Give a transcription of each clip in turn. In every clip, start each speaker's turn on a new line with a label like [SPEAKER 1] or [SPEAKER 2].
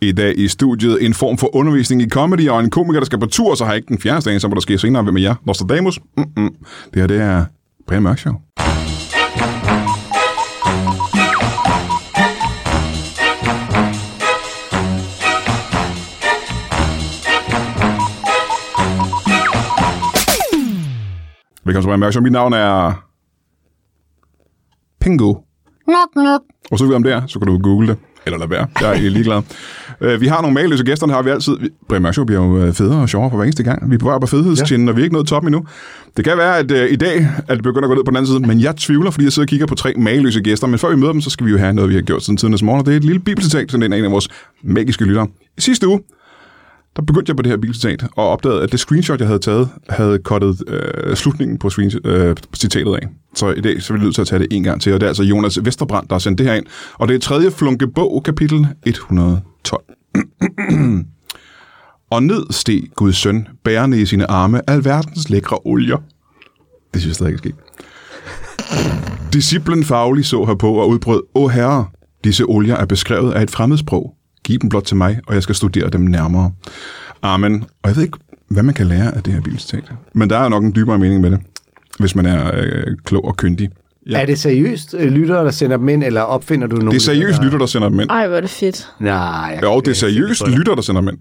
[SPEAKER 1] I dag i studiet en form for undervisning i comedy, og en komiker, der skal på tur, så har jeg ikke den fjerde dag, så må der ske senere. Hvem er jeg? Nostradamus? Mm-mm. Det her, det er Brian Mørk Show. Velkommen til Brian Mørk Show. Mit navn er... Pingo.
[SPEAKER 2] Nok, nok.
[SPEAKER 1] Og så ved om det er, så kan du google det. Eller lad være. Jeg er ikke ligeglad. Øh, vi har nogle mageløse gæster, det har vi altid. Vi- Brian Mørk Show bliver jo øh, federe og sjovere for hver eneste gang. Vi er på vej op ad fedhedstinden, ja. og vi er ikke nået toppen endnu. Det kan være, at øh, i dag at det begynder at gå ned på den anden side, men jeg tvivler, fordi jeg sidder og kigger på tre mageløse gæster. Men før vi møder dem, så skal vi jo have noget, vi har gjort siden tidernes morgen, og det er et lille bibelcitat, som en af vores magiske lyttere. I sidste uge, der begyndte jeg på det her bibelcitat, og opdagede, at det screenshot, jeg havde taget, havde kottet øh, slutningen på screen, øh, citatet af. Så i dag så vil jeg nødt til at tage det en gang til, og det er altså Jonas Vesterbrand, der har sendt det her ind. Og det er tredje flunke bog, kapitel 112. og ned steg Guds søn, bærende i sine arme alverdens lækre olier. Det synes jeg stadig ikke er sket. Disciplen faglig så herpå og udbrød, Å herre, disse olier er beskrevet af et fremmedsprog. Giv dem blot til mig, og jeg skal studere dem nærmere. Amen. Og jeg ved ikke, hvad man kan lære af det her bibelcitat. Men der er nok en dybere mening med det, hvis man er øh, klog og kyndig. Ja.
[SPEAKER 2] Ja. Er det seriøst øh, lyttere, der sender dem ind, eller opfinder du nogle?
[SPEAKER 1] Det er seriøst lytter, der sender dem ind.
[SPEAKER 3] Ej, hvor er det fedt.
[SPEAKER 2] Nej. Jeg...
[SPEAKER 1] Jo, det er seriøst lytter, der sender dem ind.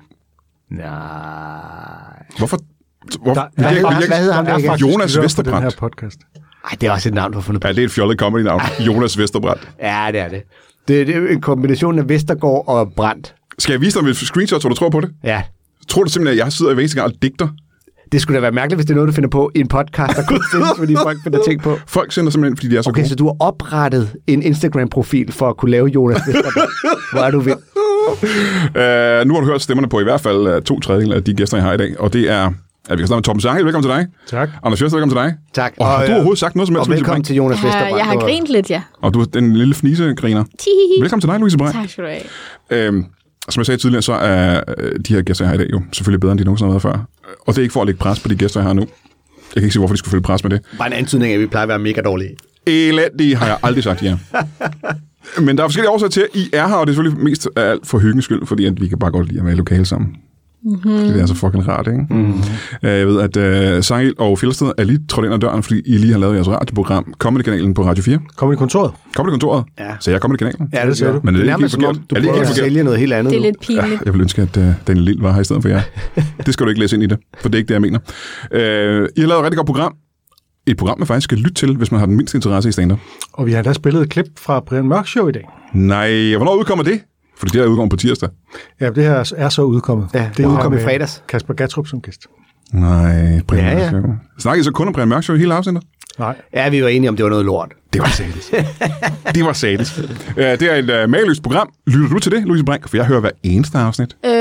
[SPEAKER 2] Nej.
[SPEAKER 1] Hvorfor? Hvorfor?
[SPEAKER 4] Der, der,
[SPEAKER 1] Vi kan-
[SPEAKER 4] der,
[SPEAKER 1] vi
[SPEAKER 4] der,
[SPEAKER 1] kan-
[SPEAKER 2] hvad hedder han der igen?
[SPEAKER 4] faktisk
[SPEAKER 1] Jonas
[SPEAKER 4] lyttere på
[SPEAKER 1] Vesterbrand.
[SPEAKER 4] Den her podcast.
[SPEAKER 2] Ej, det er også et navn, du har fundet på.
[SPEAKER 1] Ja, det er et fjollet comedy-navn. Jonas Vesterbrand.
[SPEAKER 2] Ja, det er det. Det, det er en kombination af Vestergaard og Brandt.
[SPEAKER 1] Skal jeg vise dig med screenshot, så du tror på det?
[SPEAKER 2] Ja.
[SPEAKER 1] Tror du simpelthen, at jeg sidder i eneste gang og digter?
[SPEAKER 2] Det skulle da være mærkeligt, hvis det er noget, du finder på i en podcast, der kun findes, fordi folk finder ting på.
[SPEAKER 1] Folk sender simpelthen, fordi de er så
[SPEAKER 2] Okay,
[SPEAKER 1] gode.
[SPEAKER 2] så du har oprettet en Instagram-profil for at kunne lave Jonas Vestergaard. Hvor er du vild.
[SPEAKER 1] Uh, nu har du hørt stemmerne på i hvert fald uh, to tredjedel af de gæster, jeg har i dag, og det er... Ja, vi kan starte med Torben Sange. Velkommen til dig.
[SPEAKER 4] Tak.
[SPEAKER 1] Anders Fjørst, velkommen til dig.
[SPEAKER 2] Tak.
[SPEAKER 1] Og, og har du overhovedet sagt noget som helst?
[SPEAKER 2] og
[SPEAKER 1] Louise
[SPEAKER 2] velkommen
[SPEAKER 1] Brink?
[SPEAKER 2] til Jonas Vestergaard.
[SPEAKER 3] Jeg, jeg har grint lidt, ja.
[SPEAKER 1] Og du er den lille fnisegriner.
[SPEAKER 3] Tihihi.
[SPEAKER 1] Velkommen til dig, Louise Brink.
[SPEAKER 3] Tak skal du have.
[SPEAKER 1] Øhm, som jeg sagde tidligere, så er øh, de her gæster, jeg har i dag, jo selvfølgelig bedre, end de nogensinde har været før. Og det er ikke for at lægge pres på de gæster, jeg har nu. Jeg kan ikke se, hvorfor de skulle følge pres med det.
[SPEAKER 2] Bare en antydning af, at vi plejer at være mega dårlige.
[SPEAKER 1] Elendige har jeg aldrig sagt ja. Men der er forskellige årsager til, at I er her, og det er selvfølgelig mest af alt for hyggens skyld, fordi at vi kan bare godt lide at være i lokale sammen. Mm-hmm. Fordi det er så fucking rart, ikke? Mm-hmm. Jeg ved, at uh, Sangel og Fjellsted er lige trådt ind ad døren, fordi I lige har lavet jeres radioprogram, Comedy-kanalen på Radio 4.
[SPEAKER 4] Kom i kontoret.
[SPEAKER 1] Comedy-kontoret,
[SPEAKER 2] Ja.
[SPEAKER 1] så jeg er Comedy-kanalen.
[SPEAKER 2] Ja, det
[SPEAKER 4] siger
[SPEAKER 2] ser du.
[SPEAKER 4] du.
[SPEAKER 1] Men er det ikke helt
[SPEAKER 2] nærmest som om,
[SPEAKER 1] forkert?
[SPEAKER 2] Du
[SPEAKER 1] Er det ikke
[SPEAKER 2] prøver
[SPEAKER 1] helt
[SPEAKER 2] at
[SPEAKER 1] forkert?
[SPEAKER 2] sælge noget helt andet.
[SPEAKER 3] Det er
[SPEAKER 2] nu.
[SPEAKER 3] lidt pinligt.
[SPEAKER 1] Jeg vil ønske, at uh, Daniel Lind var her i stedet for jer. Det skal du ikke læse ind i det, for det er ikke det, jeg mener. Uh, I har lavet et rigtig godt program. Et program, man faktisk skal lytte til, hvis man har den mindste interesse i stand-up.
[SPEAKER 4] Og vi har da spillet et klip fra Brian Mørk Show i dag.
[SPEAKER 1] Nej, og hvornår udkommer det? For det er udkommer på tirsdag.
[SPEAKER 4] Ja, det her er så udkommet.
[SPEAKER 2] Ja, det
[SPEAKER 4] er
[SPEAKER 2] udkom
[SPEAKER 4] med
[SPEAKER 2] i fredags.
[SPEAKER 4] Kasper Gatrup som gæst.
[SPEAKER 1] Nej, Brian
[SPEAKER 2] Ja,
[SPEAKER 1] ja,
[SPEAKER 2] ja.
[SPEAKER 1] ja. Mørk Show. Snakkede I så kun om Brian Mørk Show i hele afsnittet?
[SPEAKER 4] Nej,
[SPEAKER 2] Ja, vi var enige om, det var noget lort.
[SPEAKER 1] Det var sadist. det var sadist. Uh, det er et uh, mageløst program. Lytter du til det, Louise Brink? For jeg hører hver eneste afsnit.
[SPEAKER 3] Øh,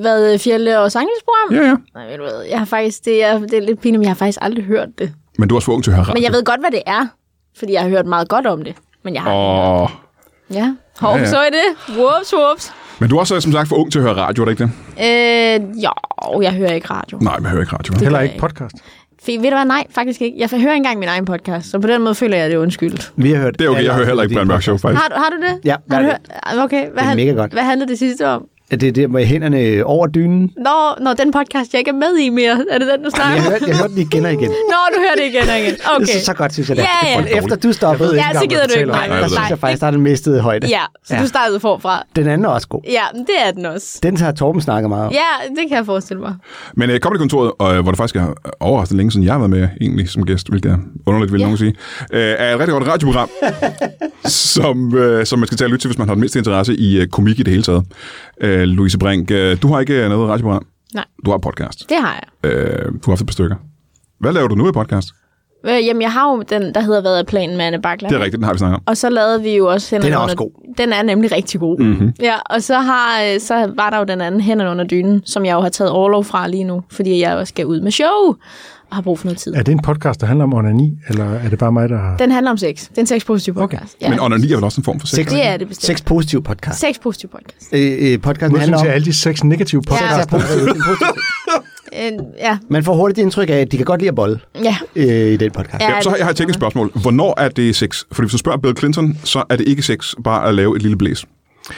[SPEAKER 3] hvad Fjelle og Sanglesprogram?
[SPEAKER 1] Ja, ja.
[SPEAKER 3] Nej, ved du hvad, jeg har faktisk, det er, det er lidt pinligt, men jeg har faktisk aldrig hørt det.
[SPEAKER 1] Men du er også for ung til at høre radio.
[SPEAKER 3] Men jeg ved godt, hvad det er, fordi jeg har hørt meget godt om det. Men jeg har...
[SPEAKER 1] Og...
[SPEAKER 3] Ja. Hov,
[SPEAKER 1] Ja,
[SPEAKER 3] ja,
[SPEAKER 1] ja.
[SPEAKER 3] ja. så er det. Whoops, whoops.
[SPEAKER 1] Men du er også øh, som sagt for ung til at høre radio, er det ikke det?
[SPEAKER 3] Øh, jo, jeg hører ikke radio.
[SPEAKER 1] Nej, man hører ikke radio.
[SPEAKER 4] heller
[SPEAKER 3] jeg
[SPEAKER 4] ikke
[SPEAKER 3] ikke.
[SPEAKER 4] podcast.
[SPEAKER 3] Fy, ved du hvad? Nej, faktisk ikke. Jeg hører ikke engang min egen podcast, så på den måde føler jeg, at det er undskyldt.
[SPEAKER 2] Vi har hørt
[SPEAKER 1] Det er okay, jeg hører heller ikke
[SPEAKER 2] alle
[SPEAKER 1] Brian Mørk Show, faktisk.
[SPEAKER 3] Har du, har du det?
[SPEAKER 2] Ja,
[SPEAKER 3] har
[SPEAKER 2] jeg
[SPEAKER 3] du
[SPEAKER 2] har
[SPEAKER 3] hørt? Okay, hvad,
[SPEAKER 2] er
[SPEAKER 3] han-
[SPEAKER 2] mega godt.
[SPEAKER 3] hvad handlede det sidste om?
[SPEAKER 2] Er det der med hænderne over dynen?
[SPEAKER 3] Nå, nå, den podcast, jeg ikke er med i mere. Er det den, du
[SPEAKER 2] Jeg
[SPEAKER 3] snakker om?
[SPEAKER 2] hørte, jeg hørte den igen og igen.
[SPEAKER 3] Nå, du hører det igen og igen.
[SPEAKER 2] Okay.
[SPEAKER 3] Okay.
[SPEAKER 2] Det er så godt, synes jeg. det er.
[SPEAKER 3] Ja, ja.
[SPEAKER 2] Og Efter du stoppede,
[SPEAKER 3] Ja, så gider du ikke.
[SPEAKER 4] Nej,
[SPEAKER 1] jeg
[SPEAKER 2] der
[SPEAKER 3] Nej,
[SPEAKER 1] ved
[SPEAKER 2] synes
[SPEAKER 3] nej.
[SPEAKER 2] jeg faktisk, der er den mistede højde.
[SPEAKER 3] Ja, så
[SPEAKER 2] Ja.
[SPEAKER 3] du startede forfra.
[SPEAKER 2] Den anden er også god.
[SPEAKER 3] Ja, men det er den også.
[SPEAKER 2] Den har Torben snakket meget om.
[SPEAKER 3] Ja, det kan jeg forestille mig.
[SPEAKER 1] Men øh, Comedy-kontoret, øh, hvor det faktisk er overraskende længe siden, jeg har været med egentlig som gæst, hvilket er underligt, vil
[SPEAKER 3] Ja.
[SPEAKER 1] nogen sige, øh, er et rigtig godt radioprogram, som, øh, som man skal tage og lytte til, hvis man har den mindste interesse i øh, komik i det hele taget. Øh, Louise Brink, øh, du har ikke øh, noget radioprogram.
[SPEAKER 3] Nej.
[SPEAKER 1] Du har et podcast.
[SPEAKER 3] Det har jeg.
[SPEAKER 1] Øh, du har haft et par stykker. Hvad laver du nu i podcast?
[SPEAKER 3] Øh, jamen, jeg har jo den, der hedder Hvad er planen med Anne Bakler?
[SPEAKER 1] Det er rigtigt, den har vi snakket om.
[SPEAKER 3] Og så lavede vi jo også Hænder
[SPEAKER 2] Den er
[SPEAKER 3] under...
[SPEAKER 2] også god.
[SPEAKER 3] Den er nemlig rigtig god.
[SPEAKER 1] Mhm.
[SPEAKER 3] Mm-hmm. Ja, og så, har, øh, så var der jo den anden Hænder under dynen, som jeg jo har taget overlov fra lige nu, fordi jeg også skal ud med show og har brug for noget tid.
[SPEAKER 4] Er det en podcast, der handler om onani, eller er det bare mig, der har...
[SPEAKER 3] Den handler om sex. Det er en sexpositiv podcast. Okay.
[SPEAKER 1] Ja. Men onani er vel også en form for sex?
[SPEAKER 2] Sex,
[SPEAKER 3] Det er det bestemt.
[SPEAKER 2] Sex positiv podcast.
[SPEAKER 3] Sexpositiv podcast.
[SPEAKER 2] Øh, øh, podcasten
[SPEAKER 4] Nu
[SPEAKER 2] handler
[SPEAKER 4] synes
[SPEAKER 2] om...
[SPEAKER 4] jeg, at alle de seks negative
[SPEAKER 2] Sex
[SPEAKER 4] podcasts,
[SPEAKER 2] er positivt, det er positivt.
[SPEAKER 3] Øh, ja.
[SPEAKER 2] Man får hurtigt indtryk af, at de kan godt lide at bolle
[SPEAKER 3] ja.
[SPEAKER 2] øh, i den podcast.
[SPEAKER 3] Ja.
[SPEAKER 1] Ja, så har jeg har tænkt et spørgsmål. Hvornår er det sex? Fordi hvis du spørger Bill Clinton, så er det ikke sex bare at lave et lille blæs.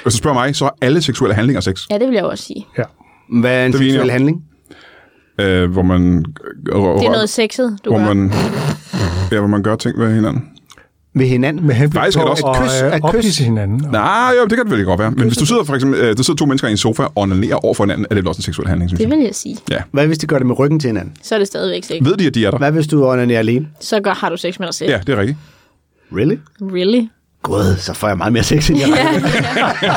[SPEAKER 1] Hvis du spørger mig, så er alle seksuelle handlinger sex.
[SPEAKER 3] Ja, det vil jeg også sige.
[SPEAKER 4] Ja.
[SPEAKER 2] Hvad er en
[SPEAKER 1] Det er vi enige om.
[SPEAKER 2] seksuel handling?
[SPEAKER 1] Øh, hvor man...
[SPEAKER 3] Det er noget sexet, du
[SPEAKER 1] hvor
[SPEAKER 3] gør.
[SPEAKER 1] man, ja, hvor man gør ting ved hinanden.
[SPEAKER 2] Ved hinanden?
[SPEAKER 4] Med henblik
[SPEAKER 1] Faktisk er
[SPEAKER 4] på
[SPEAKER 1] det også-
[SPEAKER 4] at,
[SPEAKER 2] At kys-
[SPEAKER 4] øh,
[SPEAKER 2] at kys-
[SPEAKER 4] opdisse hinanden. Og,
[SPEAKER 1] Nej, jo, det kan det vel godt være. Men hvis du sidder for eksempel, øh, der sidder to mennesker i en sofa og onanerer over for hinanden, er det vel også en seksuel handling, synes
[SPEAKER 3] Det
[SPEAKER 1] jeg.
[SPEAKER 3] vil jeg sige.
[SPEAKER 2] Hvad hvis de gør det med ryggen til hinanden?
[SPEAKER 3] Så er det stadigvæk sex.
[SPEAKER 1] Ved de, at de er der?
[SPEAKER 2] Hvad hvis du ånder alene?
[SPEAKER 3] Så gør, har du sex med dig selv.
[SPEAKER 1] Ja, det er rigtigt.
[SPEAKER 2] Really?
[SPEAKER 3] Really?
[SPEAKER 2] Gud, så får jeg meget mere sex end jeg
[SPEAKER 3] Ja.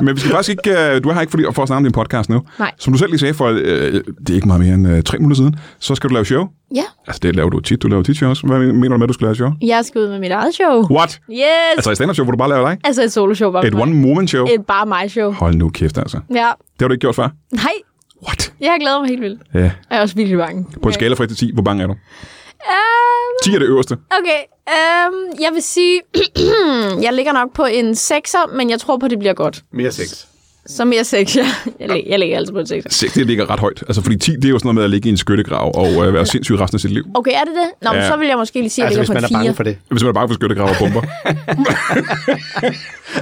[SPEAKER 1] Men vi skal faktisk ikke, øh, du er her ikke fordi, for at snakke om din podcast nu.
[SPEAKER 3] Nej.
[SPEAKER 1] Som du selv lige sagde for, øh, det er ikke meget mere end øh, tre måneder siden, så skal du lave show.
[SPEAKER 3] ja.
[SPEAKER 1] Altså, det laver du tit. Du laver tit shows. Hvad mener du med, at du skal lave show?
[SPEAKER 3] Jeg skal ud med mit eget show.
[SPEAKER 1] What?
[SPEAKER 3] Yes!
[SPEAKER 1] Altså, et stand-up show, hvor du bare laver dig?
[SPEAKER 3] Altså et soloshow bare
[SPEAKER 1] Et
[SPEAKER 3] for mig.
[SPEAKER 1] one-woman show?
[SPEAKER 3] Et bare mig show.
[SPEAKER 1] Hold nu kæft, altså.
[SPEAKER 3] Ja.
[SPEAKER 1] Det har du ikke gjort før.
[SPEAKER 3] Nej,
[SPEAKER 1] What?
[SPEAKER 3] jeg glæder mig helt vildt.
[SPEAKER 1] Ja.
[SPEAKER 3] Jeg er også virkelig bange.
[SPEAKER 1] På en skala fra 1 til 10, hvor bange er du?
[SPEAKER 3] Øhm,
[SPEAKER 1] 10 er det øverste.
[SPEAKER 3] okay, øhm, jeg vil sige, jeg ligger nok på en 6'er, men jeg tror på, det bliver godt.
[SPEAKER 2] Mere sex.
[SPEAKER 3] Så mere 6, ja. Jeg, lig, jeg ligger altid på en 6.
[SPEAKER 1] 6, det ligger ret højt. Altså, fordi 10, det er jo sådan noget med at ligge i en skyttegrav og øh, være sindssyg resten af sit liv.
[SPEAKER 3] Okay, er det det? Nå, men
[SPEAKER 1] Ja.
[SPEAKER 3] så vil jeg måske lige sige, at
[SPEAKER 2] Altså,
[SPEAKER 3] jeg
[SPEAKER 2] hvis man
[SPEAKER 3] ligger
[SPEAKER 2] er bange
[SPEAKER 3] på en 4.
[SPEAKER 2] for det.
[SPEAKER 1] Hvis man er bange for skyttegrav og bomber.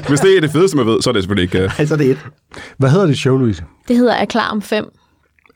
[SPEAKER 1] Hvis det er det fedeste, man ved, så er det selvfølgelig ikke... øh,
[SPEAKER 2] Altså, det er et.
[SPEAKER 4] hvad hedder det show, Louise?
[SPEAKER 3] Det hedder Er klar om 5.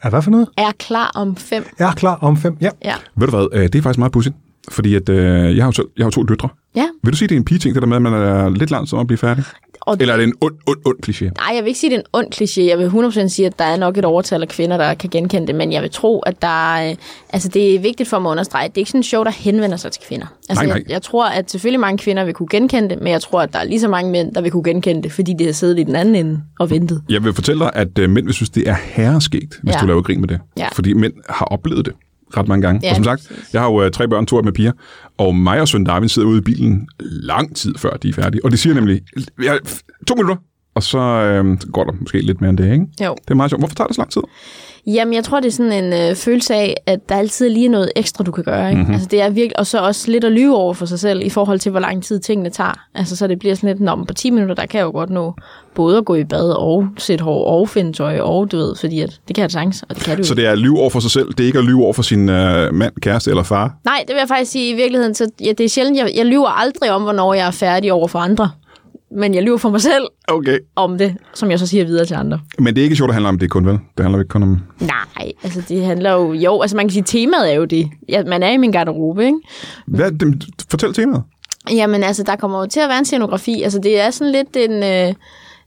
[SPEAKER 4] Er hvad for noget?
[SPEAKER 3] Er klar om 5.
[SPEAKER 4] Er klar om fem. Ja.
[SPEAKER 3] Ja.
[SPEAKER 1] Ved du hvad, øh, det er faktisk meget pudsigt. Fordi at, øh, jeg, har jo selv, jeg har jo to døtre.
[SPEAKER 3] Ja.
[SPEAKER 1] Vil du sige, det er en pige-ting, det der med, at man er lidt langt som at blive færdig?
[SPEAKER 3] Og
[SPEAKER 1] Eller er det en ond, ond, ond kliché?
[SPEAKER 3] Nej, jeg vil ikke sige, at det er en ond kliché. Jeg vil 100% sige, at der er nok et overtal af kvinder, der kan genkende det, men jeg vil tro, at der er, øh, altså, det er vigtigt for mig at understrege, at det er ikke sådan en show, der henvender sig til kvinder. Altså,
[SPEAKER 1] Nej, nej.
[SPEAKER 3] Jeg, jeg, tror, at selvfølgelig mange kvinder vil kunne genkende det, men jeg tror, at der er lige så mange mænd, der vil kunne genkende det, fordi de har siddet i den anden ende og ventet.
[SPEAKER 1] Jeg vil fortælle dig, at øh, mænd vil synes, det er herreskægt, hvis ja.
[SPEAKER 3] Ja.
[SPEAKER 1] du laver grin med det.
[SPEAKER 3] Ja.
[SPEAKER 1] Fordi mænd har oplevet det ret mange gange. Ja,
[SPEAKER 3] Ja,
[SPEAKER 1] og som sagt,
[SPEAKER 3] præcis.
[SPEAKER 1] jeg har jo øh, tre børn, to af dem er piger, og mig og søn Darwin sidder ude i bilen lang tid før, de er færdige. Og de siger nemlig, ja, f- to minutter, og så øh, så går der måske lidt mere end det, ikke?
[SPEAKER 3] Jo.
[SPEAKER 1] Det er meget sjovt. Hvorfor tager det så lang tid?
[SPEAKER 3] Jamen, jeg tror, det er sådan en øh, følelse af, at der altid er lige er noget ekstra, du kan gøre. Ikke? Mm-hmm. Altså, det er virkelig, og så også lidt at lyve over for sig selv, i forhold til, hvor lang tid tingene tager. Altså, så det bliver sådan lidt, "Nå, men på 10 minutter, der kan jeg jo godt nå både at gå i bad og sætte hår og finde tøj og, du ved, fordi at, det kan jeg sagtens, og det kan du
[SPEAKER 1] Så
[SPEAKER 3] det...
[SPEAKER 1] det er at lyve over for sig selv. Det er ikke at lyve over for sin øh, mand, kæreste eller far.
[SPEAKER 3] Nej, det vil jeg faktisk sige, i virkeligheden, så ja, det er sjældent, jeg, jeg lyver aldrig om, hvornår jeg er færdig over for andre. Men jeg lyver for mig selv
[SPEAKER 1] Okay.
[SPEAKER 3] om det, som jeg så siger videre til andre.
[SPEAKER 1] Men det er ikke sjovt, det handler om det kun, vel? Det handler ikke kun om...
[SPEAKER 3] Nej, altså det handler jo... Jo, altså man kan sige, temaet er jo det. Ja, man er i min garderobe, ikke?
[SPEAKER 1] Hvad, er det, fortæl temaet.
[SPEAKER 3] Jamen altså, der kommer jo til at være en scenografi. Altså det er sådan lidt en... Øh,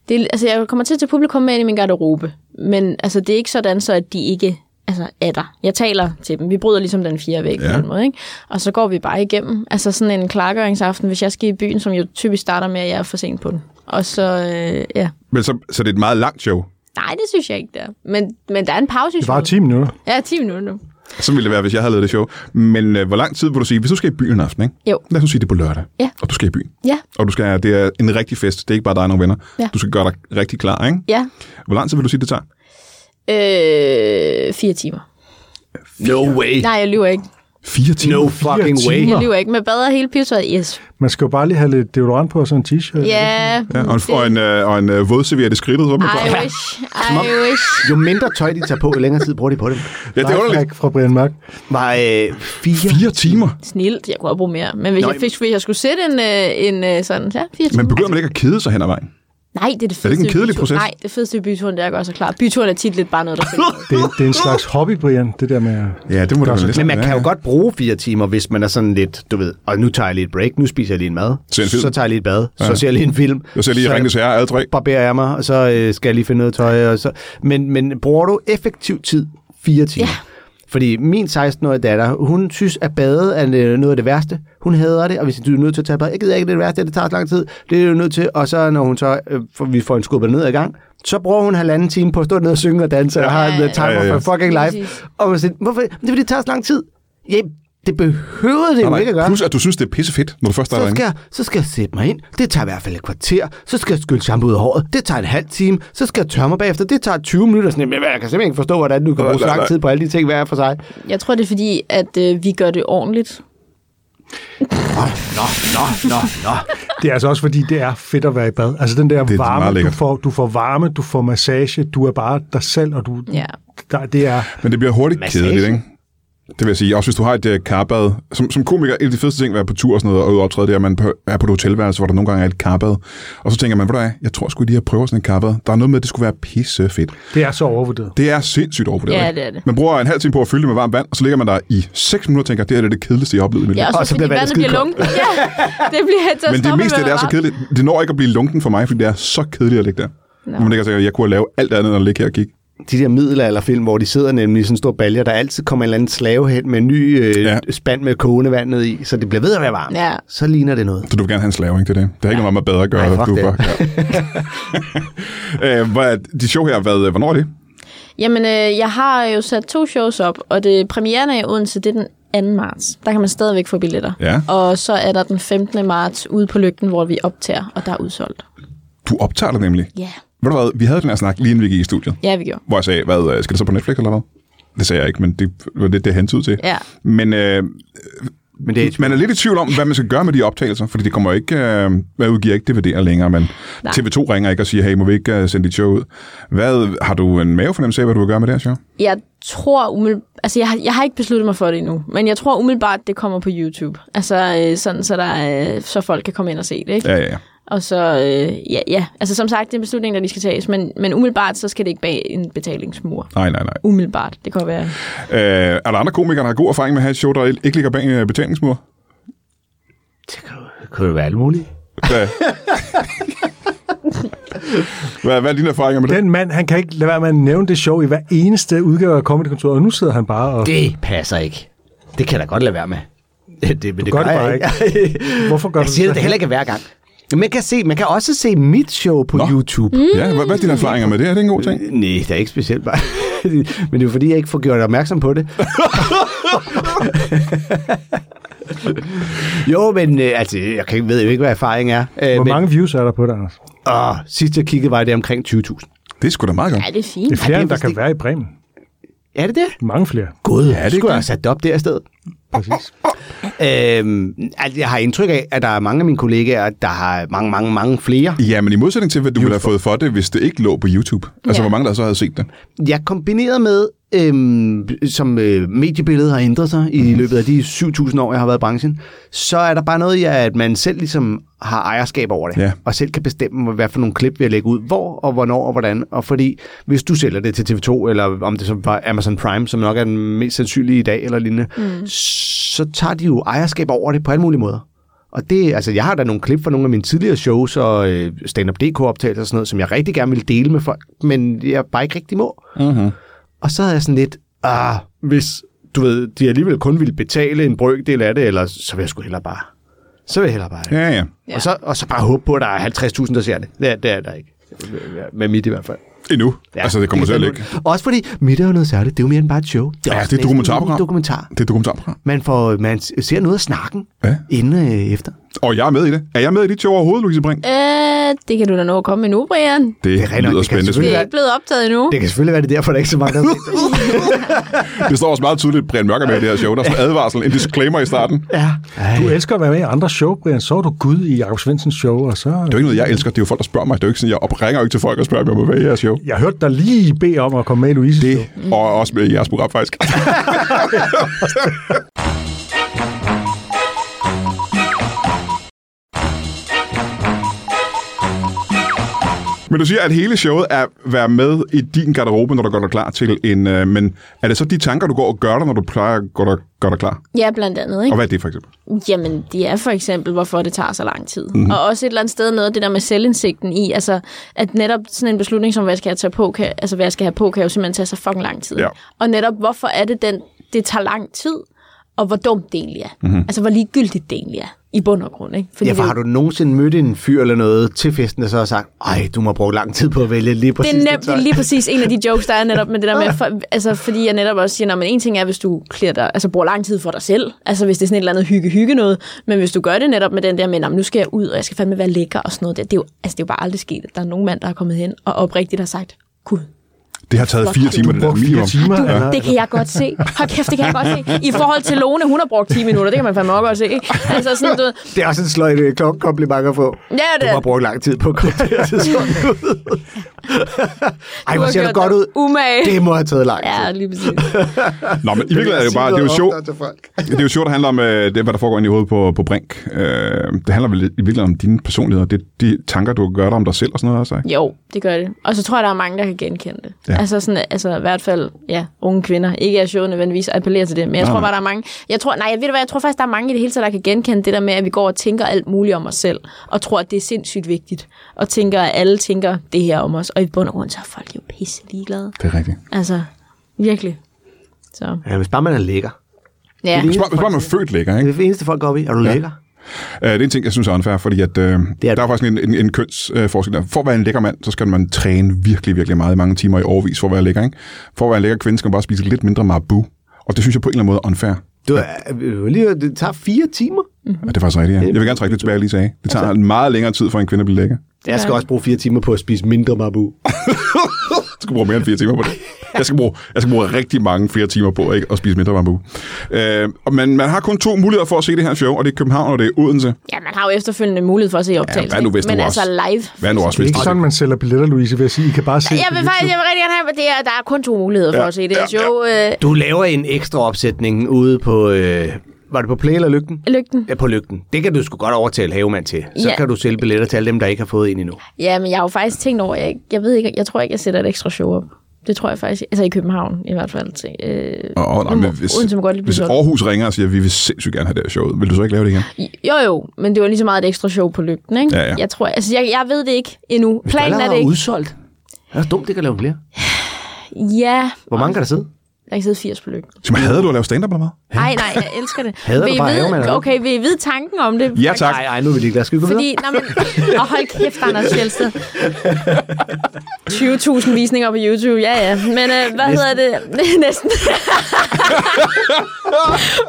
[SPEAKER 3] det, er- altså jeg kommer til at tage publikum med ind i min garderobe. Men altså det er ikke sådan så, at de ikke altså, er der. Jeg taler til dem. Vi bryder ligesom den fjerde væg ja.
[SPEAKER 1] Ja.
[SPEAKER 3] på den måde. Ikke? Og så går vi bare igennem. Altså sådan en klargøringsaften, hvis jeg skal i byen, som jo typisk starter med, at jeg er for sent på den. Og så, øh, ja.
[SPEAKER 1] Men så, så det er et meget langt show.
[SPEAKER 3] Nej, det synes jeg ikke, der. Men, men der er en pause i
[SPEAKER 4] Det var
[SPEAKER 3] showet.
[SPEAKER 4] 10 minutter.
[SPEAKER 3] Ja, 10 minutter nu.
[SPEAKER 1] Sådan ville det være, hvis jeg havde lavet det show. Men øh, hvor lang tid vil du sige, hvis du skal i byen en aften, ikke?
[SPEAKER 3] Jo.
[SPEAKER 1] Lad os nu sige, det er på lørdag,
[SPEAKER 3] Ja.
[SPEAKER 1] og du skal i byen.
[SPEAKER 3] Ja,
[SPEAKER 1] Og du skal, det er en rigtig fest, det er ikke bare dig og nogle venner.
[SPEAKER 3] Ja.
[SPEAKER 1] Du skal gøre dig rigtig klar, ikke?
[SPEAKER 3] ja.
[SPEAKER 1] Hvor lang tid vil du sige, det tager?
[SPEAKER 3] Øh, fire timer.
[SPEAKER 2] No way.
[SPEAKER 3] Nej, jeg lyver ikke.
[SPEAKER 1] Fire timer?
[SPEAKER 2] No fucking way.
[SPEAKER 4] timer.
[SPEAKER 3] Jeg lyver ikke. Med bader hele pivetøjet, yes.
[SPEAKER 4] Man skal jo bare lige have lidt deodorant på og sådan en t-shirt.
[SPEAKER 3] Ja,
[SPEAKER 1] Ja, og en, og en, øh, og en øh, vådserviet i skridtet, så er man klar.
[SPEAKER 3] I wish, I wish.
[SPEAKER 2] Jo mindre tøj, de tager på, jo længere tid bruger de på dem.
[SPEAKER 1] Ja, det er underligt.
[SPEAKER 4] Fra Brian Mark.
[SPEAKER 2] Var øh, fire...
[SPEAKER 1] Fire timer?
[SPEAKER 3] Snilt, jeg kunne også bruge mere. Men hvis,
[SPEAKER 2] Nå,
[SPEAKER 3] jeg, fik, hvis jeg skulle sætte en, øh, en øh, sådan, ja, fire timer.
[SPEAKER 1] Men begynder man ikke at kede sig hen ad vejen?
[SPEAKER 3] Nej, det er det fedeste.
[SPEAKER 1] ikke en
[SPEAKER 3] ved
[SPEAKER 1] kedelig
[SPEAKER 3] byturen.
[SPEAKER 1] proces?
[SPEAKER 3] Nej, det fedeste ved byturen, det er at gøre sig klar. Byturen er tit lidt bare noget, der finder ud.
[SPEAKER 4] Det, det er en slags hobby, Brian, det der med... at-
[SPEAKER 1] Ja, det må du
[SPEAKER 2] Men man kan jo godt bruge fire timer, hvis man er sådan lidt, du ved, og nu tager jeg lige et break, nu spiser jeg lige en mad,
[SPEAKER 1] Ser en film.
[SPEAKER 2] så tager jeg lige et bad, ja. så ser jeg lige en film.
[SPEAKER 1] Jeg ser lige
[SPEAKER 2] så
[SPEAKER 1] ringe til alle tre.
[SPEAKER 2] barberer jeg mig, og så øh, skal jeg lige finde noget tøj. Og så. Men, men bruger du effektiv tid fire timer?
[SPEAKER 3] Ja.
[SPEAKER 2] Fordi min 16-årige datter, hun synes, at bade er øh, noget af det værste. Hun hader det, og hvis du er nødt til at tage bad, jeg gider ikke, det er det værste, det tager så lang tid. Det er du nødt til, og så når hun så, øh, får- vi får en skubbet ned ad gang, så bruger hun halvanden time på at stå ned og synge og danse, og har en uh, timer
[SPEAKER 1] ja, ja.
[SPEAKER 2] for fucking live.
[SPEAKER 3] Præcis.
[SPEAKER 2] Og man siger, hvorfor? Det er fordi, det tager så lang tid. Ja, det behøvede det jo ikke at gøre.
[SPEAKER 1] Plus, at du synes, det er pissefedt, når du først er
[SPEAKER 2] Så
[SPEAKER 1] derinde.
[SPEAKER 2] skal, jeg, så skal jeg sætte mig ind. Det tager i hvert fald et kvarter. Så skal jeg skylle shampoo ud af håret. Det tager en halv time. Så skal jeg tørre mig bagefter. Det tager 20 minutter. Sådan, jamen, jeg kan simpelthen ikke forstå, hvordan du kan bruge så lang tid på alle de ting hver for sig.
[SPEAKER 3] Jeg tror, det er fordi, at øh, vi gør det ordentligt.
[SPEAKER 2] Nå, nå, nå, nå.
[SPEAKER 4] Det er altså også, fordi det er fedt at være i bad. Altså den der
[SPEAKER 1] Det er meget
[SPEAKER 4] varme, du
[SPEAKER 1] lækkert.
[SPEAKER 4] får, du får varme, du får massage, du er bare dig selv, og du...
[SPEAKER 3] Ja.
[SPEAKER 4] Der, det er...
[SPEAKER 1] Men det bliver hurtigt
[SPEAKER 2] Massage.
[SPEAKER 1] kedeligt, ikke? Det vil jeg sige. Også hvis du har et øh, karbad. Som, som komiker, en af de fedeste ting at være på tur og sådan noget, og ude at optræde, det er, at man på- er på et hotelværelse, hvor der nogle gange er et karbad. Og så tænker man, hvor der er, jeg tror sgu lige, jeg prøver sådan et karbad. Der er noget med, at det skulle være pissefedt.
[SPEAKER 4] Det er så overvurderet.
[SPEAKER 1] Det er sindssygt overvurderet.
[SPEAKER 3] Ja,
[SPEAKER 1] ikke?
[SPEAKER 3] det er det.
[SPEAKER 1] Man bruger en halv time på at fylde det med varmt vand, og så ligger man der i 6 minutter og tænker, det her det er det kedeligste, jeg har oplevet i mit liv.
[SPEAKER 3] Ja, og så,
[SPEAKER 2] Og så
[SPEAKER 3] fordi
[SPEAKER 2] bliver
[SPEAKER 3] bliver
[SPEAKER 2] vandet
[SPEAKER 3] vandet bliver lunken. Ja, det bliver til
[SPEAKER 1] Men
[SPEAKER 3] at
[SPEAKER 1] det
[SPEAKER 3] stoppe
[SPEAKER 1] meste af
[SPEAKER 3] med
[SPEAKER 1] det er
[SPEAKER 3] at
[SPEAKER 1] så
[SPEAKER 3] være
[SPEAKER 1] kedeligt. Det når ikke at blive lunken for mig, fordi det er så kedeligt at ligge der. No.
[SPEAKER 3] Nå.
[SPEAKER 1] Man tænker sig, jeg kunne have lavet alt andet, end at ligge her og kigge.
[SPEAKER 2] de der middelalderfilm, hvor de sidder nemlig i sådan en stor balje, og der altid kommer en eller anden slave hen med en ny øh,
[SPEAKER 1] Ja.
[SPEAKER 2] ja. spand med kogende vand ned i, så det bliver ved at være varmt.
[SPEAKER 3] Ja.
[SPEAKER 2] Så ligner det noget.
[SPEAKER 1] Så du vil gerne have en slave, ikke? Det er det. Det har ikke noget med bedre at gøre.
[SPEAKER 2] Nej, fuck
[SPEAKER 1] du
[SPEAKER 2] det.
[SPEAKER 1] ja. øh, hvad, er- de show her, hvad, hvornår er det?
[SPEAKER 3] Jamen, øh, jeg har jo sat to shows op, og det premieren er i Odense, det er den 2. marts. Der kan man stadigvæk få billetter.
[SPEAKER 1] Ja.
[SPEAKER 3] Og så er der den 15. marts ude på lygten, hvor vi optager, og der er udsolgt.
[SPEAKER 1] Du optager det nemlig.
[SPEAKER 3] Ja,
[SPEAKER 1] Ved du hvad, vi havde den her snak lige inden vi gik i studiet,
[SPEAKER 3] ja vi gjorde.
[SPEAKER 1] hvor jeg sagde, hvad, øh, skal det så på Netflix eller hvad? Det sagde jeg ikke, men det var det, det hentede til.
[SPEAKER 3] Ja.
[SPEAKER 1] Men øh,
[SPEAKER 2] Men det er,
[SPEAKER 1] man er lidt i tvivl om, hvad man skal gøre med de optagelser, fordi det kommer jo ikke, øh, man udgiver ikke DVD'er længere, men
[SPEAKER 3] Nej.
[SPEAKER 1] TV2 ringer ikke og siger, hey, må vi ikke øh, sende dit show ud? Hvad, har du en mavefornemmelse af, hvad du vil gøre med det her show?
[SPEAKER 3] Jeg tror umiddelbart, altså jeg, har- jeg har ikke besluttet mig for det endnu, men jeg tror umiddelbart, det kommer på YouTube. Altså øh, sådan, så, der, øh, så folk kan komme ind og se det, ikke?
[SPEAKER 1] Ja, ja, ja.
[SPEAKER 3] Og så, øh, ja, ja, altså som sagt, det er en beslutning, der lige skal tages, men, men umiddelbart, så skal det ikke bag en betalingsmur.
[SPEAKER 1] Nej, nej, nej.
[SPEAKER 3] Umiddelbart, det kan være.
[SPEAKER 1] Øh, er der andre komikere, der har god erfaring med at have et show, der ikke ligger bag en øh, betalingsmur?
[SPEAKER 2] det kan jo være alt muligt.
[SPEAKER 1] Hvad, hvad, hvad er dine erfaringer med det?
[SPEAKER 4] Den mand, han kan ikke lade være med at nævne det show i hver eneste udgave af Comedy Kontoret, og nu sidder han bare og...
[SPEAKER 2] Det passer ikke. Det kan jeg da godt lade være med. Det, det, men det
[SPEAKER 4] gør det
[SPEAKER 2] jeg
[SPEAKER 4] bare
[SPEAKER 2] ikke.
[SPEAKER 4] Hvorfor gør
[SPEAKER 2] jeg
[SPEAKER 4] du
[SPEAKER 2] siger
[SPEAKER 4] det?
[SPEAKER 2] det da heller ikke hver gang. Men Man kan, se, man kan også se mit show på
[SPEAKER 1] Nå.
[SPEAKER 2] Nå. YouTube.
[SPEAKER 1] Ja, hvad, hvad er dine erfaringer med det? Er det en god ting?
[SPEAKER 2] Nej, det er ikke specielt bare. Men det er jo fordi, jeg ikke får gjort opmærksom på det. jo, men øh, altså, jeg kan, ikke- ved jo ikke, hvad erfaring er. Øh,
[SPEAKER 4] Hvor
[SPEAKER 2] men,
[SPEAKER 4] mange views er der på det, Anders?
[SPEAKER 2] Åh, sidst jeg kiggede, var det omkring 20.000.
[SPEAKER 1] Det er sgu da meget godt.
[SPEAKER 3] Ja, det er
[SPEAKER 4] Det
[SPEAKER 3] fint.
[SPEAKER 4] er flere,
[SPEAKER 2] det er
[SPEAKER 4] end der
[SPEAKER 2] vist
[SPEAKER 4] kan
[SPEAKER 2] ikke-
[SPEAKER 4] være i Bremen.
[SPEAKER 2] Er det det?
[SPEAKER 4] Mange flere.
[SPEAKER 2] Gud, ja,
[SPEAKER 1] det er
[SPEAKER 2] det skulle
[SPEAKER 1] godt.
[SPEAKER 2] jeg have sat det op der i stedet.
[SPEAKER 4] Præcis.
[SPEAKER 2] Øhm, altså, jeg har indtryk af, at der er mange af mine kollegaer, der har mange, mange, mange flere.
[SPEAKER 1] Ja, men i modsætning til, hvad du ville have fået for det, hvis det ikke lå på YouTube. Altså,
[SPEAKER 3] Ja.
[SPEAKER 1] hvor mange der så havde set det.
[SPEAKER 2] Jeg kombineret med, øhm, som øh, mediebilledet har ændret sig i løbet af de 7.000 år, jeg har været i branchen, så er der bare noget i, at man selv ligesom har ejerskab over det,
[SPEAKER 1] Ja.
[SPEAKER 2] og selv kan bestemme, hvad for nogle klip vi har lægge ud, hvor og hvornår og hvordan. Og fordi, hvis du sælger det til TV2, eller om det så var Amazon Prime, som nok er den mest sandsynlige i dag, eller lignende, mm. så tager de jo ejerskab over det på alle mulige måder. Og det, altså, jeg har da nogle klip fra nogle af mine tidligere shows og øh, stand-up.dk-optagelser og sådan noget, som jeg rigtig gerne vil dele med folk, men jeg bare ikke rigtig må. Og så havde jeg sådan lidt, ah, hvis du ved, de alligevel kun ville betale en brøkdel af det, eller så vil jeg sgu hellere bare. Så vil jeg hellere bare det.
[SPEAKER 1] Ja, ja.
[SPEAKER 2] Ja. Og, så, og så bare håbe på, at der er 50.000, der ser det. Det er, det er der ikke. Med mit i hvert fald.
[SPEAKER 1] Endnu. Ja, altså, det kommer til at
[SPEAKER 2] kan
[SPEAKER 1] ligge.
[SPEAKER 2] fandme- Også fordi mit er jo noget særligt. Det er jo mere end bare et show. Det
[SPEAKER 1] Ja, det
[SPEAKER 2] også
[SPEAKER 1] er et
[SPEAKER 2] næsten
[SPEAKER 1] dokumentarprogram.
[SPEAKER 2] en dokumentar.
[SPEAKER 1] Det er et dokumentarprogram.
[SPEAKER 2] Man, får, man ser noget af snakken
[SPEAKER 1] Ja.
[SPEAKER 2] inden øh, efter.
[SPEAKER 1] Og jeg er med i det. Er jeg med i dit show overhovedet, Louise Brink?
[SPEAKER 3] Øh, det kan du da nå at komme med nu, Brian.
[SPEAKER 1] Det,
[SPEAKER 2] er rigtig nok,
[SPEAKER 1] lyder
[SPEAKER 2] det kan
[SPEAKER 1] spændende. Det,
[SPEAKER 2] selvfølgelig
[SPEAKER 3] Det er ikke blevet optaget endnu.
[SPEAKER 2] Det kan selvfølgelig være, det er derfor, der er ikke så mange, der har set det.
[SPEAKER 1] det står også meget tydeligt, Brian Mørk er med i det her show. Der er sådan en advarsel, en disclaimer i starten. Det
[SPEAKER 2] Ja. Ej.
[SPEAKER 4] Du elsker at være med i andre show, Brian. Så er du Gud i Jakob Svendsens show, og så...
[SPEAKER 1] er jo ikke noget, jeg elsker. Det er jo folk, der spørger mig. Det er jo ikke sådan, jeg opringer jo ikke til folk og spørger, om jeg må være i jeres show.
[SPEAKER 4] Jeg hørte dig lige bede om at komme med i Louise.
[SPEAKER 1] Det, Mm. og også med i jeres program, faktisk. Men du siger, at hele showet er at være med i din garderobe, når du gør dig klar til en... Øh, men er det så de tanker, du går og gør dig, når du plejer at gå dig, gør dig klar?
[SPEAKER 3] Ja, blandt andet.
[SPEAKER 1] Og
[SPEAKER 3] Ikke?
[SPEAKER 1] hvad er det for eksempel?
[SPEAKER 3] Jamen, det er for eksempel, hvorfor det tager så lang tid. Mm-hmm. Og også et eller andet sted noget af det der med selvindsigten i, altså at netop sådan en beslutning som, hvad skal jeg tage på, kan, altså hvad jeg skal have på, kan jo simpelthen tage så fucking lang tid.
[SPEAKER 1] Ja.
[SPEAKER 3] Og netop, hvorfor er det, den, det tager lang tid, og hvor dumt det egentlig er. Mm-hmm. Altså, hvor ligegyldigt det egentlig er, i bund og grund. Ikke? Fordi
[SPEAKER 2] Ja, for
[SPEAKER 3] det-
[SPEAKER 2] har du nogensinde mødt en fyr eller noget til festen, der så har sagt, ej, du må have brugt lang tid på at vælge lige præcis
[SPEAKER 3] det er nemt, det
[SPEAKER 2] tøj."
[SPEAKER 3] er lige præcis en af de jokes, der er netop med det der med, for, altså, fordi jeg netop også siger, at en ting er, hvis du klæder dig, altså, bruger lang tid for dig selv, altså hvis det er sådan et eller andet hygge-hygge noget, men hvis du gør det netop med den der med, "Nå, men nu skal jeg ud, og jeg skal fandme være lækker og sådan noget, der, det, er jo, altså, det er jo bare aldrig sket, at der er nogen mand, der er kommet hen og oprigtigt har sagt, gud,
[SPEAKER 1] Det har taget fire timer,
[SPEAKER 4] Du
[SPEAKER 1] det der
[SPEAKER 4] brugte fire
[SPEAKER 1] minimum.
[SPEAKER 4] timer.
[SPEAKER 3] Du,
[SPEAKER 4] eller-
[SPEAKER 3] det kan jeg godt se. Hold kæft, det kan jeg godt se. I forhold til Lone, hun har brugt 10 minutter, det kan man fandme også godt se. Ikke? Altså sådan, du, ved,
[SPEAKER 2] Det er også en sløjt øh, klok- kompliment at få.
[SPEAKER 3] ja, det,
[SPEAKER 2] Du har brugt lang tid på at komme til det her tidspunkt. Ej, hvor ser
[SPEAKER 3] gjort
[SPEAKER 2] det godt
[SPEAKER 3] dig
[SPEAKER 2] ud.
[SPEAKER 3] Umage.
[SPEAKER 2] Det må have taget lang tid.
[SPEAKER 3] Ja, lige præcis.
[SPEAKER 1] Nå, men i virkeligheden er det jo bare, det er jo sjovt, det er jo sjovt, det handler om øh, det, hvad der foregår inde i hovedet på, på Brink. Øh, det handler vel i virkeligheden om dine personligheder, det, de tanker, du gør dig om dig selv og sådan noget også, ikke?
[SPEAKER 3] Jo, det gør det. Og så tror jeg, der er mange, der kan genkende det.
[SPEAKER 1] Ja.
[SPEAKER 3] Ja. Altså, sådan, altså i hvert fald ja, unge kvinder. Ikke at showet nødvendigvis appellerer til det, men jeg
[SPEAKER 1] Nej,
[SPEAKER 3] tror
[SPEAKER 1] nej.
[SPEAKER 3] bare, der er mange. Jeg tror, nej, ved du hvad, jeg tror faktisk, der er mange i det hele taget, der kan genkende det der med, at vi går og tænker alt muligt om os selv, og tror, at det er sindssygt vigtigt. Og tænker, at alle tænker det her om os. Og i bund og grund, så er folk jo pisse ligeglade.
[SPEAKER 1] Det er rigtigt.
[SPEAKER 3] Altså, virkelig. Så,
[SPEAKER 2] Ja, hvis bare man er lækker.
[SPEAKER 3] ja.
[SPEAKER 1] Hvis bare, hvis bare man er født lækker,
[SPEAKER 2] Det
[SPEAKER 1] ikke?
[SPEAKER 2] er det eneste, folk går op i. Er du lækker?
[SPEAKER 1] Øh, det er en ting, jeg synes er unfair, fordi at, øh, det er
[SPEAKER 2] det.
[SPEAKER 1] der er faktisk en, en, en kønsforskel. Øh, forskel der. for at være en lækker mand, så skal man træne virkelig, virkelig meget i mange timer i overvis for at være lækker, ikke? For at være en lækker kvinde, skal man bare spise lidt mindre marabu. Og det synes jeg på en eller anden måde er unfair.
[SPEAKER 2] Du er, øh, lige, det tager fire timer.
[SPEAKER 1] Ja, det er faktisk rigtigt, ja. Jeg vil gerne trække det tilbage, jeg lige sagde. Det tager altså, meget længere tid for en kvinde at blive lækker.
[SPEAKER 2] Jeg skal også bruge fire timer på at spise mindre marabu.
[SPEAKER 1] Jeg skal bruge mere end fire timer på det. Jeg skal bruge, jeg skal bruge rigtig mange flere timer på ikke, at spise mindre bambu. Øh, og man, man har kun to muligheder for at se det her show, og det er København og det er Odense.
[SPEAKER 3] ja, man har jo efterfølgende mulighed for at se optagelsen.
[SPEAKER 1] hvad nu,
[SPEAKER 3] ikke?
[SPEAKER 1] hvis du
[SPEAKER 3] men
[SPEAKER 1] også-
[SPEAKER 3] altså live.
[SPEAKER 1] Hvad er nu også,
[SPEAKER 4] Det er
[SPEAKER 1] hvis
[SPEAKER 4] ikke sådan, man sælger billetter, Louise, vil jeg sige. I kan bare se
[SPEAKER 3] Jeg
[SPEAKER 4] på
[SPEAKER 3] vil
[SPEAKER 4] YouTube.
[SPEAKER 3] faktisk, jeg vil rigtig gerne have, at det er, der er kun to muligheder for
[SPEAKER 1] Ja,
[SPEAKER 3] at se det
[SPEAKER 1] ja,
[SPEAKER 3] her show. Øh,
[SPEAKER 2] Du laver en ekstra opsætning ude på... Øh, var det på Play eller Lygten?
[SPEAKER 3] lygten.
[SPEAKER 2] Ja, på Lygten. Det kan du sgu godt overtale havemand til. Så
[SPEAKER 3] Ja.
[SPEAKER 2] kan du sælge billetter til alle dem, der ikke har fået en endnu.
[SPEAKER 3] Ja, men jeg har jo faktisk tænkt over, jeg, jeg ved ikke, jeg tror ikke, jeg sætter et ekstra show op. Det tror jeg faktisk, altså i København i hvert fald. Til, øh,
[SPEAKER 1] Og, og, nej, men
[SPEAKER 3] Odense
[SPEAKER 1] hvis,
[SPEAKER 3] må godt lige blive
[SPEAKER 1] hvis
[SPEAKER 3] solgt.
[SPEAKER 1] Aarhus ringer og siger, at vi vil sindssygt gerne have det her show, vil du så ikke lave det igen?
[SPEAKER 3] jo jo, men det var lige så meget et ekstra show på lygten, ikke?
[SPEAKER 1] Ja, ja.
[SPEAKER 3] Jeg tror, altså jeg, jeg ved det ikke endnu. Planen er det ikke.
[SPEAKER 2] udsolgt. Det er også dumt, det kan lave flere.
[SPEAKER 3] Ja,
[SPEAKER 2] Hvor mange kan der sidde?
[SPEAKER 3] jeg kan sidde 80 på lygten.
[SPEAKER 1] Så man havde du at lave stand-up eller hvad?
[SPEAKER 3] Nej, nej, jeg elsker det.
[SPEAKER 2] Hader du
[SPEAKER 3] I
[SPEAKER 2] bare
[SPEAKER 3] vide,
[SPEAKER 2] havemand, eller?
[SPEAKER 3] okay, vil I vide tanken om det?
[SPEAKER 1] Ja tak.
[SPEAKER 2] Nej, nej, nu er vi lige glade. Skal vi gå videre?
[SPEAKER 3] Fordi, nej, men, og hold kæft, Anders Fjeldsted. 20.000 visninger på YouTube, ja ja. Men øh, hvad hedder det? Næsten.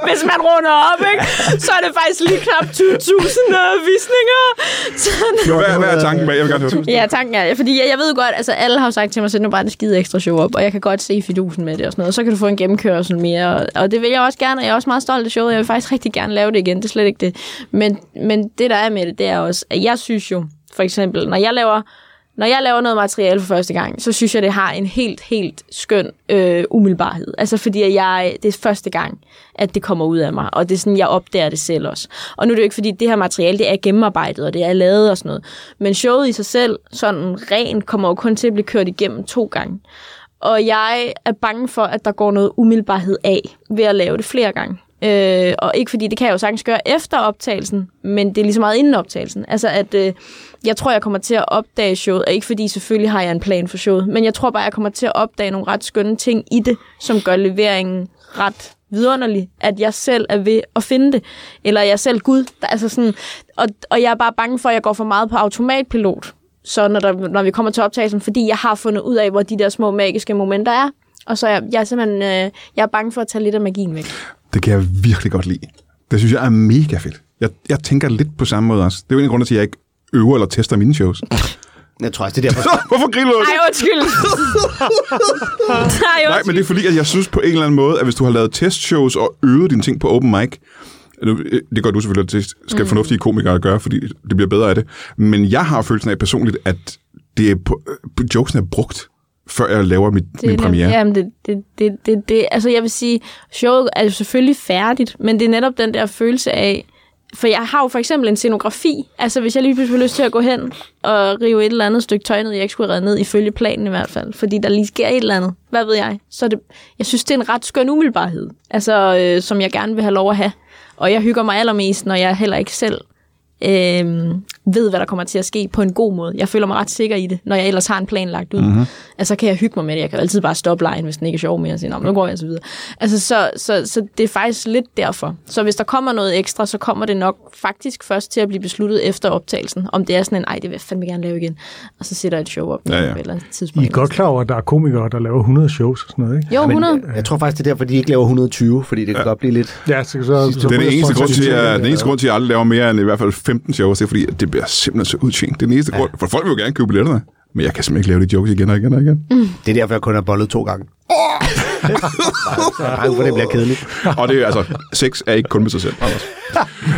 [SPEAKER 3] Hvis man runder op, ikke? så er det faktisk lige knap 20.000 øh, visninger. Sådan.
[SPEAKER 1] Hvad, hvad er tanken bag? Jeg vil gerne høre det.
[SPEAKER 3] Ja, tanken er, fordi jeg, jeg ved godt, altså alle har jo sagt til mig, sæt nu bare det skide ekstra show op, og jeg kan godt se fidusen med det og sådan noget, og så kan du få en gennemkørsel mere, og, og det vil jeg også gerne, og jeg er også meget stolt af showet, jeg vil faktisk rigtig gerne lave det igen, det er slet ikke det. Men, men det, der er med det, det er også, at jeg synes jo, for eksempel, når jeg laver når jeg laver noget materiale for første gang, så synes jeg, det har en helt, helt skøn øh, umiddelbarhed. Altså fordi at jeg, det er første gang, at det kommer ud af mig, og det er sådan, jeg opdager det selv også. Og nu er det jo ikke, fordi det her materiale, det er gennemarbejdet, og det er lavet og sådan noget. Men showet i sig selv, sådan rent, kommer jo kun til at blive kørt igennem to gange. Og jeg er bange for, at der går noget umiddelbarhed af ved at lave det flere gange. Øh, og ikke fordi, det kan jeg jo sagtens gøre efter optagelsen, men det er lige så meget inden optagelsen. Altså at, øh, jeg tror, jeg kommer til at opdage showet, og ikke fordi selvfølgelig har jeg en plan for showet, men jeg tror bare, jeg kommer til at opdage nogle ret skønne ting i det, som gør leveringen ret vidunderlig, at jeg selv er ved at finde det, eller jeg er selv Gud. Der, altså sådan, og, og jeg er bare bange for, at jeg går for meget på automatpilot, så når, der, når vi kommer til optagelsen, fordi jeg har fundet ud af, hvor de der små magiske momenter er, og så er jeg, jeg er simpelthen øh, jeg er bange for at tage lidt af magien væk.
[SPEAKER 1] Det kan jeg virkelig godt lide. Det synes jeg er mega fedt. Jeg, jeg tænker lidt på samme måde også. Det er jo en af grunde til, at jeg ikke øver eller tester mine shows.
[SPEAKER 2] Jeg tror også, det er derfor.
[SPEAKER 1] Hvorfor griner du?
[SPEAKER 3] Ej, undskyld. Nej,
[SPEAKER 1] Nej, men det er fordi, at jeg synes på en eller anden måde, at hvis du har lavet testshows og øvet dine ting på open mic, nu, øh, det gør du selvfølgelig, det
[SPEAKER 3] Mm.
[SPEAKER 1] skal fornuftige komikere gøre, fordi det bliver bedre af det. Men jeg har følelsen af personligt, at det er på, øh, jokesen er brugt, før jeg laver mit,
[SPEAKER 3] det,
[SPEAKER 1] min
[SPEAKER 3] er nem-
[SPEAKER 1] premiere. Ja.
[SPEAKER 3] Jamen, det, det, det, det, det, altså jeg vil sige, showet er jo selvfølgelig færdigt, men det er netop den der følelse af, for jeg har jo for eksempel en scenografi. Altså, hvis jeg lige pludselig har lyst til at gå hen og rive et eller andet stykke tøj ned, jeg ikke skulle have revet ned, ifølge planen i hvert fald, fordi der lige sker et eller andet. Hvad ved jeg? Så er det, jeg synes, det er en ret skøn umiddelbarhed, altså, øh, som jeg gerne vil have lov at have. Og jeg hygger mig allermest, når jeg heller ikke selv øh, ved, hvad der kommer til at ske på en god måde. Jeg føler mig ret sikker i det, når jeg ellers har en plan lagt ud.
[SPEAKER 4] Mhm.
[SPEAKER 3] Mm-hmm. Altså, så kan jeg hygge mig med det. Jeg kan jo altid bare stoppe lejen, hvis den ikke er sjov mere, og sige, "Nå, men nu går jeg så videre. Altså, så, så, så det er faktisk lidt derfor. Så hvis der kommer noget ekstra, så kommer det nok faktisk først til at blive besluttet efter optagelsen, om det er sådan en, ej, det vil jeg fandme gerne lave igen. Og så sætter jeg et show op
[SPEAKER 1] Ja,
[SPEAKER 3] ja,
[SPEAKER 1] ja.
[SPEAKER 3] ja. på et eller andet
[SPEAKER 4] I
[SPEAKER 3] tidspunkt.
[SPEAKER 4] er godt klar over, at der er komikere, der laver 100 shows og sådan noget, ikke?
[SPEAKER 3] Jo, 100.
[SPEAKER 2] Jeg tror faktisk, det er derfor, de ikke laver 120, fordi det kan godt blive lidt...
[SPEAKER 4] Ja, så, så, så
[SPEAKER 1] Det er den eneste, grund til, at, den eneste
[SPEAKER 4] grund.
[SPEAKER 1] grund til, at jeg aldrig laver mere end i hvert fald 15 shows, det er fordi, at det bliver simpelthen så udtjent. Det er den eneste ja. grund, for folk vil jo gerne købe billetterne. Men jeg kan simpelthen ikke lave de jokes igen og igen og igen. Mm.
[SPEAKER 2] Det er derfor, jeg kun har bollet to gange. Nej, for det bliver kedeligt.
[SPEAKER 1] og det er altså, sex er ikke kun med sig selv, Anders.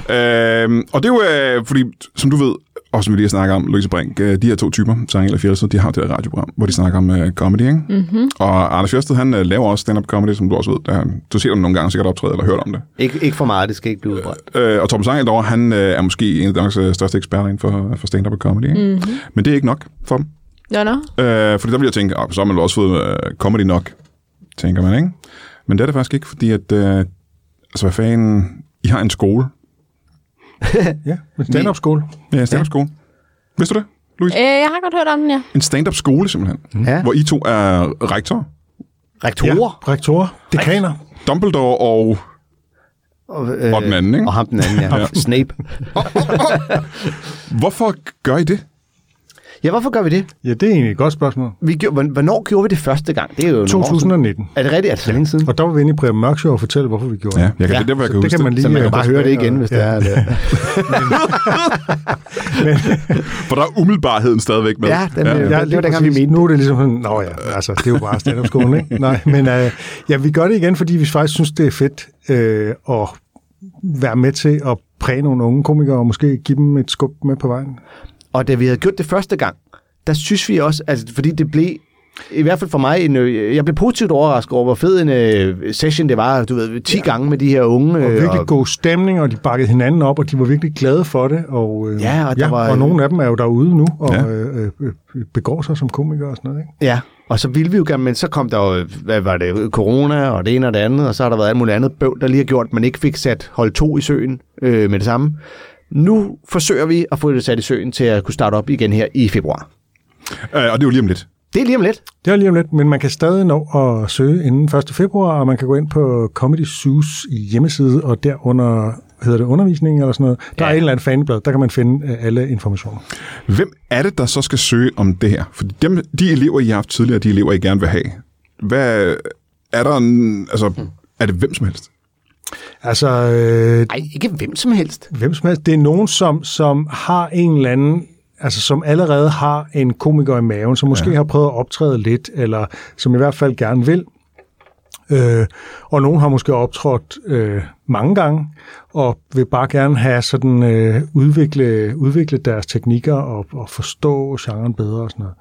[SPEAKER 1] øhm, og det er jo, øh, fordi, som du ved, og som vi lige snakker om, Louise Brink, øh, de her to typer, Sange eller Fjeldsted, de har det der radioprogram, hvor de snakker om øh, comedy, ikke? Mm-hmm. Og Anders Fjeldsted, han øh, laver også stand-up comedy, som du også ved. Der, du ser ham nogle gange sikkert optræde eller hørt om det.
[SPEAKER 2] Ikke, ikke for meget, det skal ikke blive udbrændt.
[SPEAKER 1] Øh, og Torben Sangel derovre, han øh, er måske en af Danmarks øh, største eksperter inden for, for stand-up og comedy. Ikke? Mm-hmm. Men det er ikke nok for dem.
[SPEAKER 3] Nå, nå.
[SPEAKER 1] Øh, fordi der vil jeg tænke, oh, så har man vel også fået øh, comedy nok, tænker man, ikke? Men det er det faktisk ikke, fordi at, øh, altså hvad fanden, I har en skole.
[SPEAKER 4] Ja, men stand-up skole.
[SPEAKER 1] Ja, en stand-up skole. Vidste du det, Louise?
[SPEAKER 3] Øh, jeg har godt hørt om den, ja.
[SPEAKER 1] En stand-up skole simpelthen,
[SPEAKER 2] Ja.
[SPEAKER 1] hvor I to er rektor,
[SPEAKER 2] Rektorer.
[SPEAKER 4] Rektorer. Dekaner.
[SPEAKER 1] Dumbledore og...
[SPEAKER 2] Og, øh,
[SPEAKER 1] Og den anden, ikke?
[SPEAKER 2] Og ham den anden, ja. Snape.
[SPEAKER 1] Hvorfor gør I det?
[SPEAKER 2] Ja, hvorfor gør vi det?
[SPEAKER 4] Ja, det er egentlig et godt spørgsmål.
[SPEAKER 2] Vi gjorde, hvornår gjorde vi det første gang? Det er jo nogle år siden.
[SPEAKER 4] 2019.
[SPEAKER 2] Er det rigtigt? Er det så længe siden?
[SPEAKER 4] Og der var vi inde i Preben Mørk Show og fortælle, hvorfor vi gjorde
[SPEAKER 1] Ja, jeg kan, ja,
[SPEAKER 2] Ja,
[SPEAKER 1] det er derfor, jeg kan
[SPEAKER 4] det
[SPEAKER 1] huske
[SPEAKER 4] kan man lige...
[SPEAKER 2] Så man kan bare
[SPEAKER 4] øh,
[SPEAKER 2] høre det igen, hvis det
[SPEAKER 4] ja.
[SPEAKER 2] er det.
[SPEAKER 1] umiddelbarheden stadigvæk med.
[SPEAKER 2] Ja, den, øh,
[SPEAKER 4] Ja,
[SPEAKER 2] det
[SPEAKER 4] lige
[SPEAKER 2] var dengang, vi
[SPEAKER 4] præcis.
[SPEAKER 2] mente
[SPEAKER 4] Nu er det ligesom sådan, nå ja, altså, det er jo bare stand skolen ikke? Nej, men øh, ja, vi gør det igen, fordi vi faktisk synes, det er fedt øh, at være med til at præge nogle unge komikere, og måske give dem et skub med på vejen.
[SPEAKER 2] Og da vi havde gjort det første gang, der synes vi også, altså, fordi det blev, i hvert fald for mig, en, øh, jeg blev positivt overrasket over, hvor fed en øh, session det var, du ved, 10 ja. gange med de her unge.
[SPEAKER 4] Og
[SPEAKER 2] øh,
[SPEAKER 4] virkelig god stemning, og de bakkede hinanden op, og de var virkelig glade for det. Og, øh,
[SPEAKER 2] Ja, og der var-
[SPEAKER 4] og nogle af dem er jo derude nu, og
[SPEAKER 1] Ja.
[SPEAKER 4] ja. øh, øh, øh, begår sig som komikere og sådan noget, ikke?
[SPEAKER 2] Ja, og så ville vi jo gerne, men så kom der jo, hvad var det, corona og det ene og det andet, og så har der været alt muligt andet bøvl, der lige har gjort, at man ikke fik sat hold to i søen øh, med det samme. Nu forsøger vi at få det sat i søen til at kunne starte op igen her i februar.
[SPEAKER 1] Øh, og det er jo lige om lidt.
[SPEAKER 2] Det er lige om lidt.
[SPEAKER 4] Det er lige om lidt, men man kan stadig nå at søge inden 1. februar, og man kan gå ind på Comedy Zoos hjemmeside, og derunder hedder det undervisning eller sådan noget. Der er et eller andet faneblad, der kan man finde øh, alle informationer.
[SPEAKER 1] Hvem er det, der så skal søge om det her? For dem, de elever, I har haft tidligere, de elever, I gerne vil have, hvad er der en, altså, er det hvem som helst?
[SPEAKER 4] Altså, øh,
[SPEAKER 2] Nej, ikke hvem som helst.
[SPEAKER 4] hvem som helst, det er nogen, som, som har en eller anden, altså som allerede har en komiker i maven, som måske ja. har prøvet at optræde lidt, eller som i hvert fald gerne vil. Øh, og nogen har måske optrådt øh, mange gange, og vil bare gerne have sådan øh, udvikle, udvikle deres teknikker og, og forstå genren bedre og sådan noget.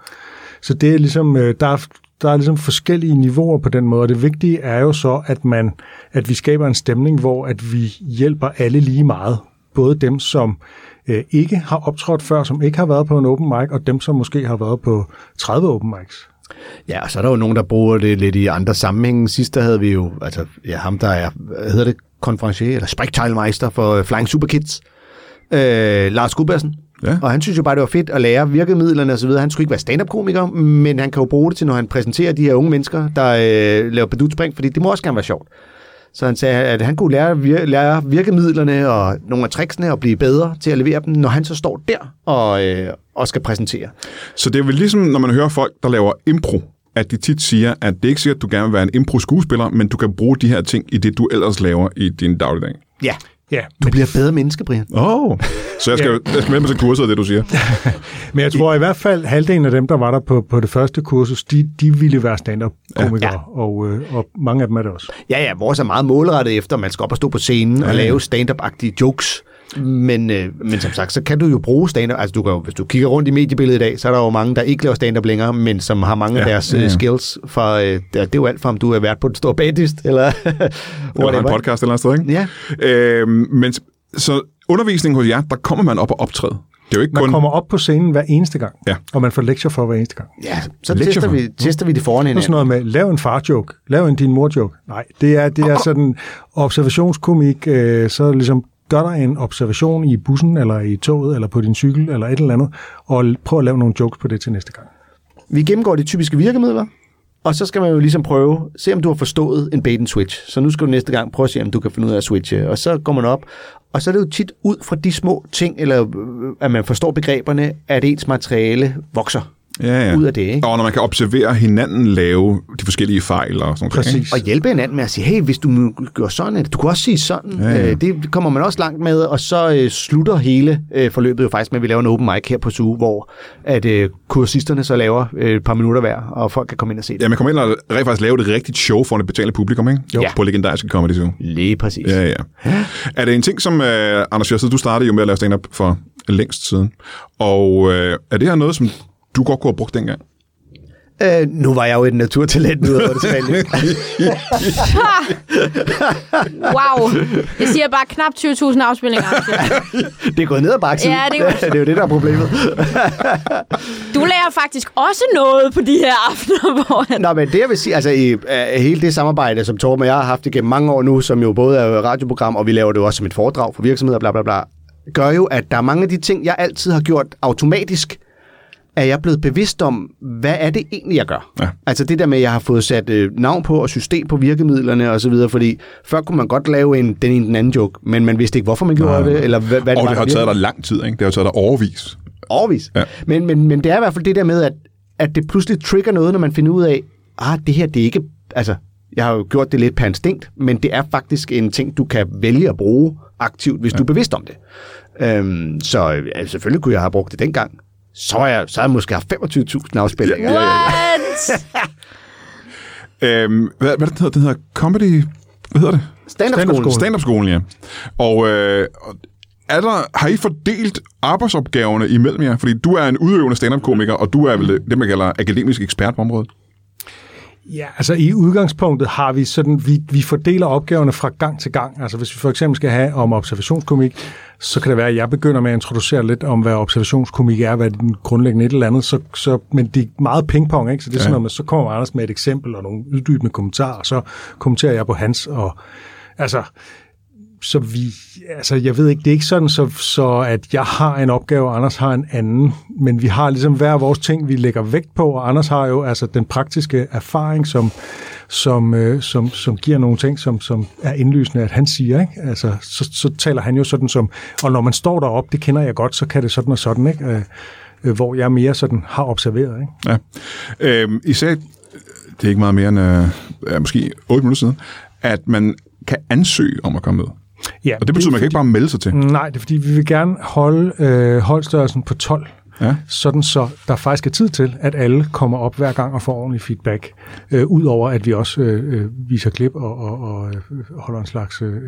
[SPEAKER 4] Så det er ligesom, øh, der er, der er ligesom forskellige niveauer på den måde, og det vigtige er jo så, at, man, at vi skaber en stemning, hvor at vi hjælper alle lige meget. Både dem, som øh, ikke har optrådt før, som ikke har været på en open mic, og dem, som måske har været på 30 open mics.
[SPEAKER 2] Ja, og så er der jo nogen, der bruger det lidt i andre sammenhænge. Sidst der havde vi jo, altså ja, ham der er, hvad hedder det, konferencier eller sprægtejlmeister for øh, Flying Superkids, øh, Lars Gubbersen.
[SPEAKER 1] Ja.
[SPEAKER 2] Og han synes jo bare, det var fedt at lære virkemidlerne osv. Han skulle ikke være stand-up-komiker, men han kan jo bruge det til, når han præsenterer de her unge mennesker, der øh, laver badutspring, fordi det må også gerne være sjovt. Så han sagde, at han kunne lære, vir- lære virkemidlerne og nogle af tricksene og blive bedre til at levere dem, når han så står der og, øh, og skal præsentere.
[SPEAKER 1] Så det er vel ligesom, når man hører folk, der laver impro, at de tit siger, at det er ikke sikkert, at du gerne vil være en impro-skuespiller, men du kan bruge de her ting i det, du ellers laver i din dagligdag.
[SPEAKER 2] Ja,
[SPEAKER 4] Ja,
[SPEAKER 2] du bliver bedre menneske, Brian.
[SPEAKER 1] Åh! Oh. Så jeg skal, jeg skal med mig til kurset af det, du siger.
[SPEAKER 4] Men jeg tror i hvert fald, halvdelen af dem, der var der på, på det første kursus, de, de ville være stand-up-komikere, ja. og, øh, og mange af dem er det også.
[SPEAKER 2] Ja, ja, vores er meget målrettet efter, at man skal op og stå på scenen ja, og lave stand-up-agtige jokes. Men, øh, men som sagt, så kan du jo bruge stand-up. Altså, du kan jo, hvis du kigger rundt i mediebilledet i dag, så er der jo mange, der ikke laver stand-up længere, men som har mange ja, af deres
[SPEAKER 1] ja, ja.
[SPEAKER 2] ja. skills. Fra, øh, det er det er jo alt fra, om du er vært på den store bagdyst, eller
[SPEAKER 1] Eller har en
[SPEAKER 2] whatever.
[SPEAKER 1] podcast eller et sted, ikke?
[SPEAKER 2] Ja.
[SPEAKER 1] Øhm, men s- så undervisningen hos jer, der kommer man op og optræde. Det er jo ikke
[SPEAKER 4] Man
[SPEAKER 1] kun...
[SPEAKER 4] kommer op på scenen hver eneste gang,
[SPEAKER 1] Ja.
[SPEAKER 4] og man får lektier for hver eneste gang.
[SPEAKER 2] Ja, så
[SPEAKER 1] Lecture
[SPEAKER 2] tester
[SPEAKER 1] for-
[SPEAKER 2] vi, tester vi det foran
[SPEAKER 4] Det er sådan
[SPEAKER 2] hinanden.
[SPEAKER 4] noget med, lav en far-joke, lav en din mor-joke. Nej, det er, det er sådan observationskomik, øh, så ligesom gør dig en observation i bussen, eller i toget, eller på din cykel, eller et eller andet, og l- prøv at lave nogle jokes på det til næste gang.
[SPEAKER 2] Vi gennemgår de typiske virkemidler, og så skal man jo ligesom prøve, se om du har forstået en bait and switch. Så nu skal du næste gang prøve at se, om du kan finde ud af at switche. Og så går man op, og så er det jo tit ud fra de små ting, eller øh, at man forstår begreberne, at ens materiale vokser.
[SPEAKER 1] ja, ja.
[SPEAKER 2] ud af det. Ikke?
[SPEAKER 1] Og når man kan observere hinanden lave de forskellige fejl og sådan noget.
[SPEAKER 4] Præcis.
[SPEAKER 2] Og hjælpe hinanden med at sige, hey, hvis du nu gør sådan, eller du kunne også sige sådan.
[SPEAKER 1] Ja, ja.
[SPEAKER 2] Øh, det kommer man også langt med, og så øh, slutter hele øh, forløbet jo faktisk med, at vi laver en open mic her på SU, hvor at øh, kursisterne så laver øh, et par minutter hver, og folk kan komme ind og se det.
[SPEAKER 1] Ja, man kommer ind og rent faktisk lave et rigtigt show for et betalende publikum, ikke?
[SPEAKER 2] Jo.
[SPEAKER 1] På legendariske comedy show.
[SPEAKER 2] Lige præcis.
[SPEAKER 1] Ja, ja. Er det en ting, som, øh, Anders Jørgensen, du startede jo med at lave stand-up for længst siden, og øh, er det her noget, som du godt kunne have brugt dengang?
[SPEAKER 2] Øh, nu var jeg jo et naturtalent, ud over det sædvanlige.
[SPEAKER 3] Wow. Jeg siger bare knap 20.000 afspilninger. Axel.
[SPEAKER 2] Det er gået ned ad bakken.
[SPEAKER 3] Ja, det er godt.
[SPEAKER 2] det er jo det, der er problemet.
[SPEAKER 3] Du lærer faktisk også noget på de her aftener, hvor han...
[SPEAKER 2] Nå, men det jeg vil sige, altså i, øh, hele det samarbejde, som Torben og jeg har haft igennem mange år nu, som jo både er radioprogram, og vi laver det jo også som et foredrag for virksomheder, bla bla bla, gør jo, at der er mange af de ting, jeg altid har gjort automatisk, er jeg blevet bevidst om, hvad er det egentlig, jeg gør?
[SPEAKER 1] Ja.
[SPEAKER 2] Altså det der med, at jeg har fået sat øh, navn på og system på virkemidlerne og så videre, fordi før kunne man godt lave en, den ene den anden joke, men man vidste ikke, hvorfor man gjorde det, eller hvad, hvad
[SPEAKER 1] og det
[SPEAKER 2] var,
[SPEAKER 1] har
[SPEAKER 2] der virkede.
[SPEAKER 1] taget dig lang tid, ikke? Det har taget dig overvis.
[SPEAKER 2] overvis.
[SPEAKER 1] Ja.
[SPEAKER 2] Ja. Men, men, men det er i hvert fald det der med, at, at det pludselig trigger noget, når man finder ud af, ah, det her, det er ikke, altså, jeg har jo gjort det lidt per instinkt, men det er faktisk en ting, du kan vælge at bruge aktivt, hvis ja. du er bevidst om det. Øhm, så altså, selvfølgelig kunne jeg have brugt det dengang. Så er jeg, så er jeg måske haft 25.000 afspillinger. Ja,
[SPEAKER 3] What?
[SPEAKER 1] Øhm, hvad, hvad er det, den hedder? Den hedder Comedy... Hvad hedder det?
[SPEAKER 2] Stand-up-skolen.
[SPEAKER 1] Stand-up-skolen, ja. Og øh, er der, har I fordelt arbejdsopgaverne imellem jer? Fordi du er en udøvende stand-up-komiker, og du er vel det, man kalder akademisk ekspert på området.
[SPEAKER 4] Ja, altså i udgangspunktet har vi sådan, vi, vi fordeler opgaverne fra gang til gang. Altså hvis vi for eksempel skal have om observationskomik, så kan det være, at jeg begynder med at introducere lidt om, hvad observationskomik er, hvad den grundlæggende et eller andet. Så, så, men det er meget pingpong, ikke? Så det er sådan noget med, så kommer Anders med et eksempel og nogle uddybende kommentarer, og så kommenterer jeg på hans. Og, altså, så vi, altså jeg ved ikke, det er ikke sådan, så, så at jeg har en opgave, og Anders har en anden, men vi har ligesom hver vores ting, vi lægger vægt på, og Anders har jo altså den praktiske erfaring, som, som, øh, som, som giver nogle ting, som, som er indlysende, at han siger, ikke? Altså, så, så taler han jo sådan som, og når man står deroppe, det kender jeg godt, så kan det sådan og sådan, ikke? Øh, øh, hvor jeg mere sådan har observeret, ikke?
[SPEAKER 1] Ja. Øhm, I sagde, det er ikke meget mere end øh, ja, måske 8 minutter siden, at man kan ansøge om at komme med.
[SPEAKER 4] Ja,
[SPEAKER 1] Og det betyder, at man kan ikke bare melde sig til.
[SPEAKER 4] Nej, det er fordi, vi vil gerne holde øh, holdstørrelsen på 12.
[SPEAKER 1] Ja.
[SPEAKER 4] Sådan så der faktisk er tid til, at alle kommer op hver gang og får ordentlig feedback. Øh, Udover at vi også øh, øh, viser klip og, og, og øh, holder en slags øh, øh,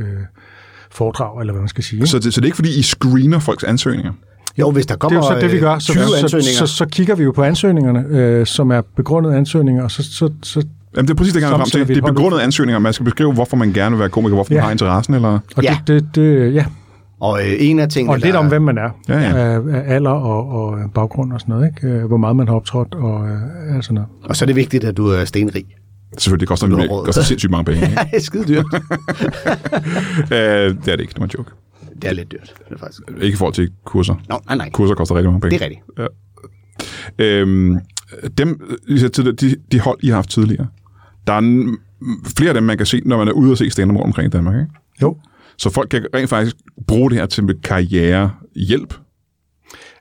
[SPEAKER 4] foredrag, eller hvad man skal sige. ikke?
[SPEAKER 1] Så det, så det er ikke, fordi I screener folks ansøgninger?
[SPEAKER 2] Jo, hvis der
[SPEAKER 4] det er
[SPEAKER 2] kommer
[SPEAKER 4] jo så det, vi gør.
[SPEAKER 2] øh,
[SPEAKER 4] Så,
[SPEAKER 2] 20
[SPEAKER 4] så, så,
[SPEAKER 2] ansøgninger.
[SPEAKER 4] så, så kigger vi jo på ansøgningerne, øh, som er begrundede ansøgninger, og så, så, så
[SPEAKER 1] Jamen, det er præcis det, jeg gerne vil frem
[SPEAKER 4] Samtidig
[SPEAKER 1] til.
[SPEAKER 4] vil
[SPEAKER 1] Det er
[SPEAKER 4] holde-
[SPEAKER 1] begrundede ansøgninger. Man skal beskrive, hvorfor man gerne vil være komiker, hvorfor ja.
[SPEAKER 4] Ja.
[SPEAKER 1] man har interessen, eller...
[SPEAKER 4] og
[SPEAKER 2] Ja.
[SPEAKER 4] det, det, det, ja.
[SPEAKER 2] Og øh, en af tingene,
[SPEAKER 4] Og lidt
[SPEAKER 2] der-
[SPEAKER 4] om, hvem man er.
[SPEAKER 1] Ja, ja.
[SPEAKER 4] Øh, alder og, og øh, baggrund og sådan noget, ikke? Øh, Hvor meget man har optrådt og øh, alt sådan noget.
[SPEAKER 2] Og så er det vigtigt, at du er stenrig.
[SPEAKER 1] Selvfølgelig, det koster, en, det
[SPEAKER 2] Blodråd.
[SPEAKER 1] koster sindssygt mange penge. Ikke?
[SPEAKER 2] det er skide dyrt.
[SPEAKER 1] øh, det er det ikke, det var en joke.
[SPEAKER 2] det er lidt dyrt, det er faktisk.
[SPEAKER 1] Ikke i forhold til kurser.
[SPEAKER 2] Nå, nej, nej.
[SPEAKER 1] Kurser koster rigtig mange penge.
[SPEAKER 2] Det er rigtigt.
[SPEAKER 1] Øhm, dem, I sagde tidligere, de, de hold, I har haft tidligere, der er en, flere af dem, man kan se, når man er ude og se stand rundt omkring i Danmark. Ikke?
[SPEAKER 4] Jo.
[SPEAKER 1] Så folk kan rent faktisk bruge det her til karrierehjælp.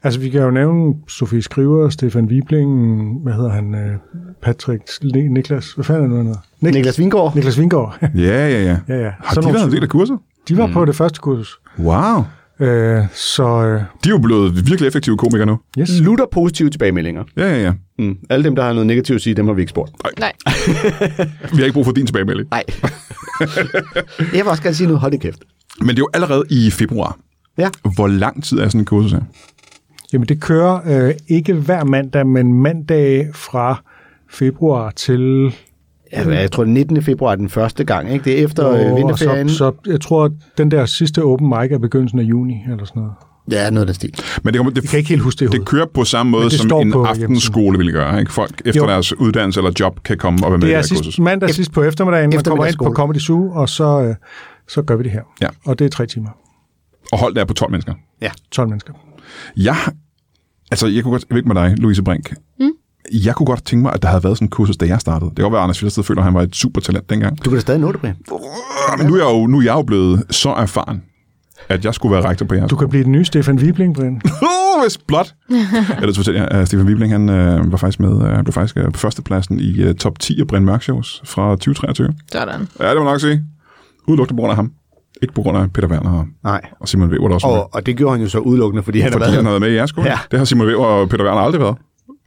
[SPEAKER 4] Altså, vi kan jo nævne Sofie Skriver, Stefan Wibling, hvad hedder han, øh, Patrick, Sle- Niklas, hvad fanden er det nu, han hedder? Nik-
[SPEAKER 2] Niklas Vingård.
[SPEAKER 4] Niklas Vingård.
[SPEAKER 1] Ja, ja, ja.
[SPEAKER 4] Ja, ja.
[SPEAKER 1] Har de
[SPEAKER 4] Sådan nogle
[SPEAKER 1] været en del af kurser?
[SPEAKER 4] De var mm. på det første kursus.
[SPEAKER 1] Wow.
[SPEAKER 4] Øh, så, øh,
[SPEAKER 1] De er jo blevet virkelig effektive komikere nu.
[SPEAKER 4] yes.
[SPEAKER 2] Lutter positive tilbagemeldinger.
[SPEAKER 1] Ja, ja, ja.
[SPEAKER 2] Mm. Alle dem, der har noget negativt at sige, dem har vi ikke spurgt.
[SPEAKER 3] Nej.
[SPEAKER 1] Vi har ikke brug for din tilbagemelding.
[SPEAKER 2] Nej. jeg vil også gerne sige noget. Hold i kæft.
[SPEAKER 1] Men det er jo allerede i februar.
[SPEAKER 2] Ja.
[SPEAKER 1] Hvor lang tid er sådan en kursus her?
[SPEAKER 4] Jamen, det kører øh, ikke hver mandag, men mandag fra februar til...
[SPEAKER 2] ja. Jeg tror, 19. februar er den første gang. Ikke? Det er efter
[SPEAKER 4] og-
[SPEAKER 2] øh,
[SPEAKER 4] og så,
[SPEAKER 2] vinterferien.
[SPEAKER 4] så jeg tror, at den der sidste open mic er begyndelsen af juni, eller sådan noget.
[SPEAKER 2] Ja, noget af den stil.
[SPEAKER 1] Men det, kommer, det,
[SPEAKER 4] Jeg kan ikke helt huske det i
[SPEAKER 1] det
[SPEAKER 4] hovedet.
[SPEAKER 1] kører på samme måde,
[SPEAKER 4] Men det
[SPEAKER 1] som
[SPEAKER 4] står
[SPEAKER 1] en
[SPEAKER 4] på
[SPEAKER 1] aftenskole ville gøre. Ikke? Folk efter jo.
[SPEAKER 4] Jo.
[SPEAKER 1] deres uddannelse eller job kan komme og være med i
[SPEAKER 4] Det er
[SPEAKER 1] det her kursus.
[SPEAKER 4] sidst, mandag sidst på eftermiddagen, man kommer ind på
[SPEAKER 2] Eftermiddagsskole.
[SPEAKER 4] Comedy Zoo, og så, øh, så gør vi det her.
[SPEAKER 1] Ja.
[SPEAKER 4] Og det er tre timer.
[SPEAKER 1] Og hold der på 12 mennesker.
[SPEAKER 4] 12 mennesker.
[SPEAKER 1] Jeg, altså, jeg kunne godt, jeg ved ikke med dig, Louise Brink. Mm. Jeg kunne godt tænke mig, at der havde været sådan en kursus, da jeg startede. Det kan godt være, at Anders Fjeldsted føler, at han var et super talent dengang.
[SPEAKER 2] Du kan da stadig nå det, Brian.
[SPEAKER 1] Øh, Men nu er, jeg jo, nu er jeg jo blevet så erfaren, at jeg skulle være rektor på jeres.
[SPEAKER 4] Du kan blive den nye Stefan Wibling, Brian.
[SPEAKER 1] Uh, vist blot. Ellers fortæller jeg, at Stefan Wibling, han øh, var faktisk med, øh, blev faktisk øh, på førstepladsen i øh, top 10 af Brian Mørk Shows fra 2023.
[SPEAKER 3] Sådan.
[SPEAKER 1] Ja, det må jeg nok sige. Udelukkende på grund af ham. Ikke på grund af Peter Werner og,
[SPEAKER 2] Nej.
[SPEAKER 1] og Simon Weber, der også var med.
[SPEAKER 2] Og, og det gjorde han jo så udelukkende, fordi han
[SPEAKER 1] Fordi han
[SPEAKER 2] har været...
[SPEAKER 1] havde været med i jeres skole.
[SPEAKER 2] Ja.
[SPEAKER 1] Det har Simon Weber og Peter Werner aldrig været.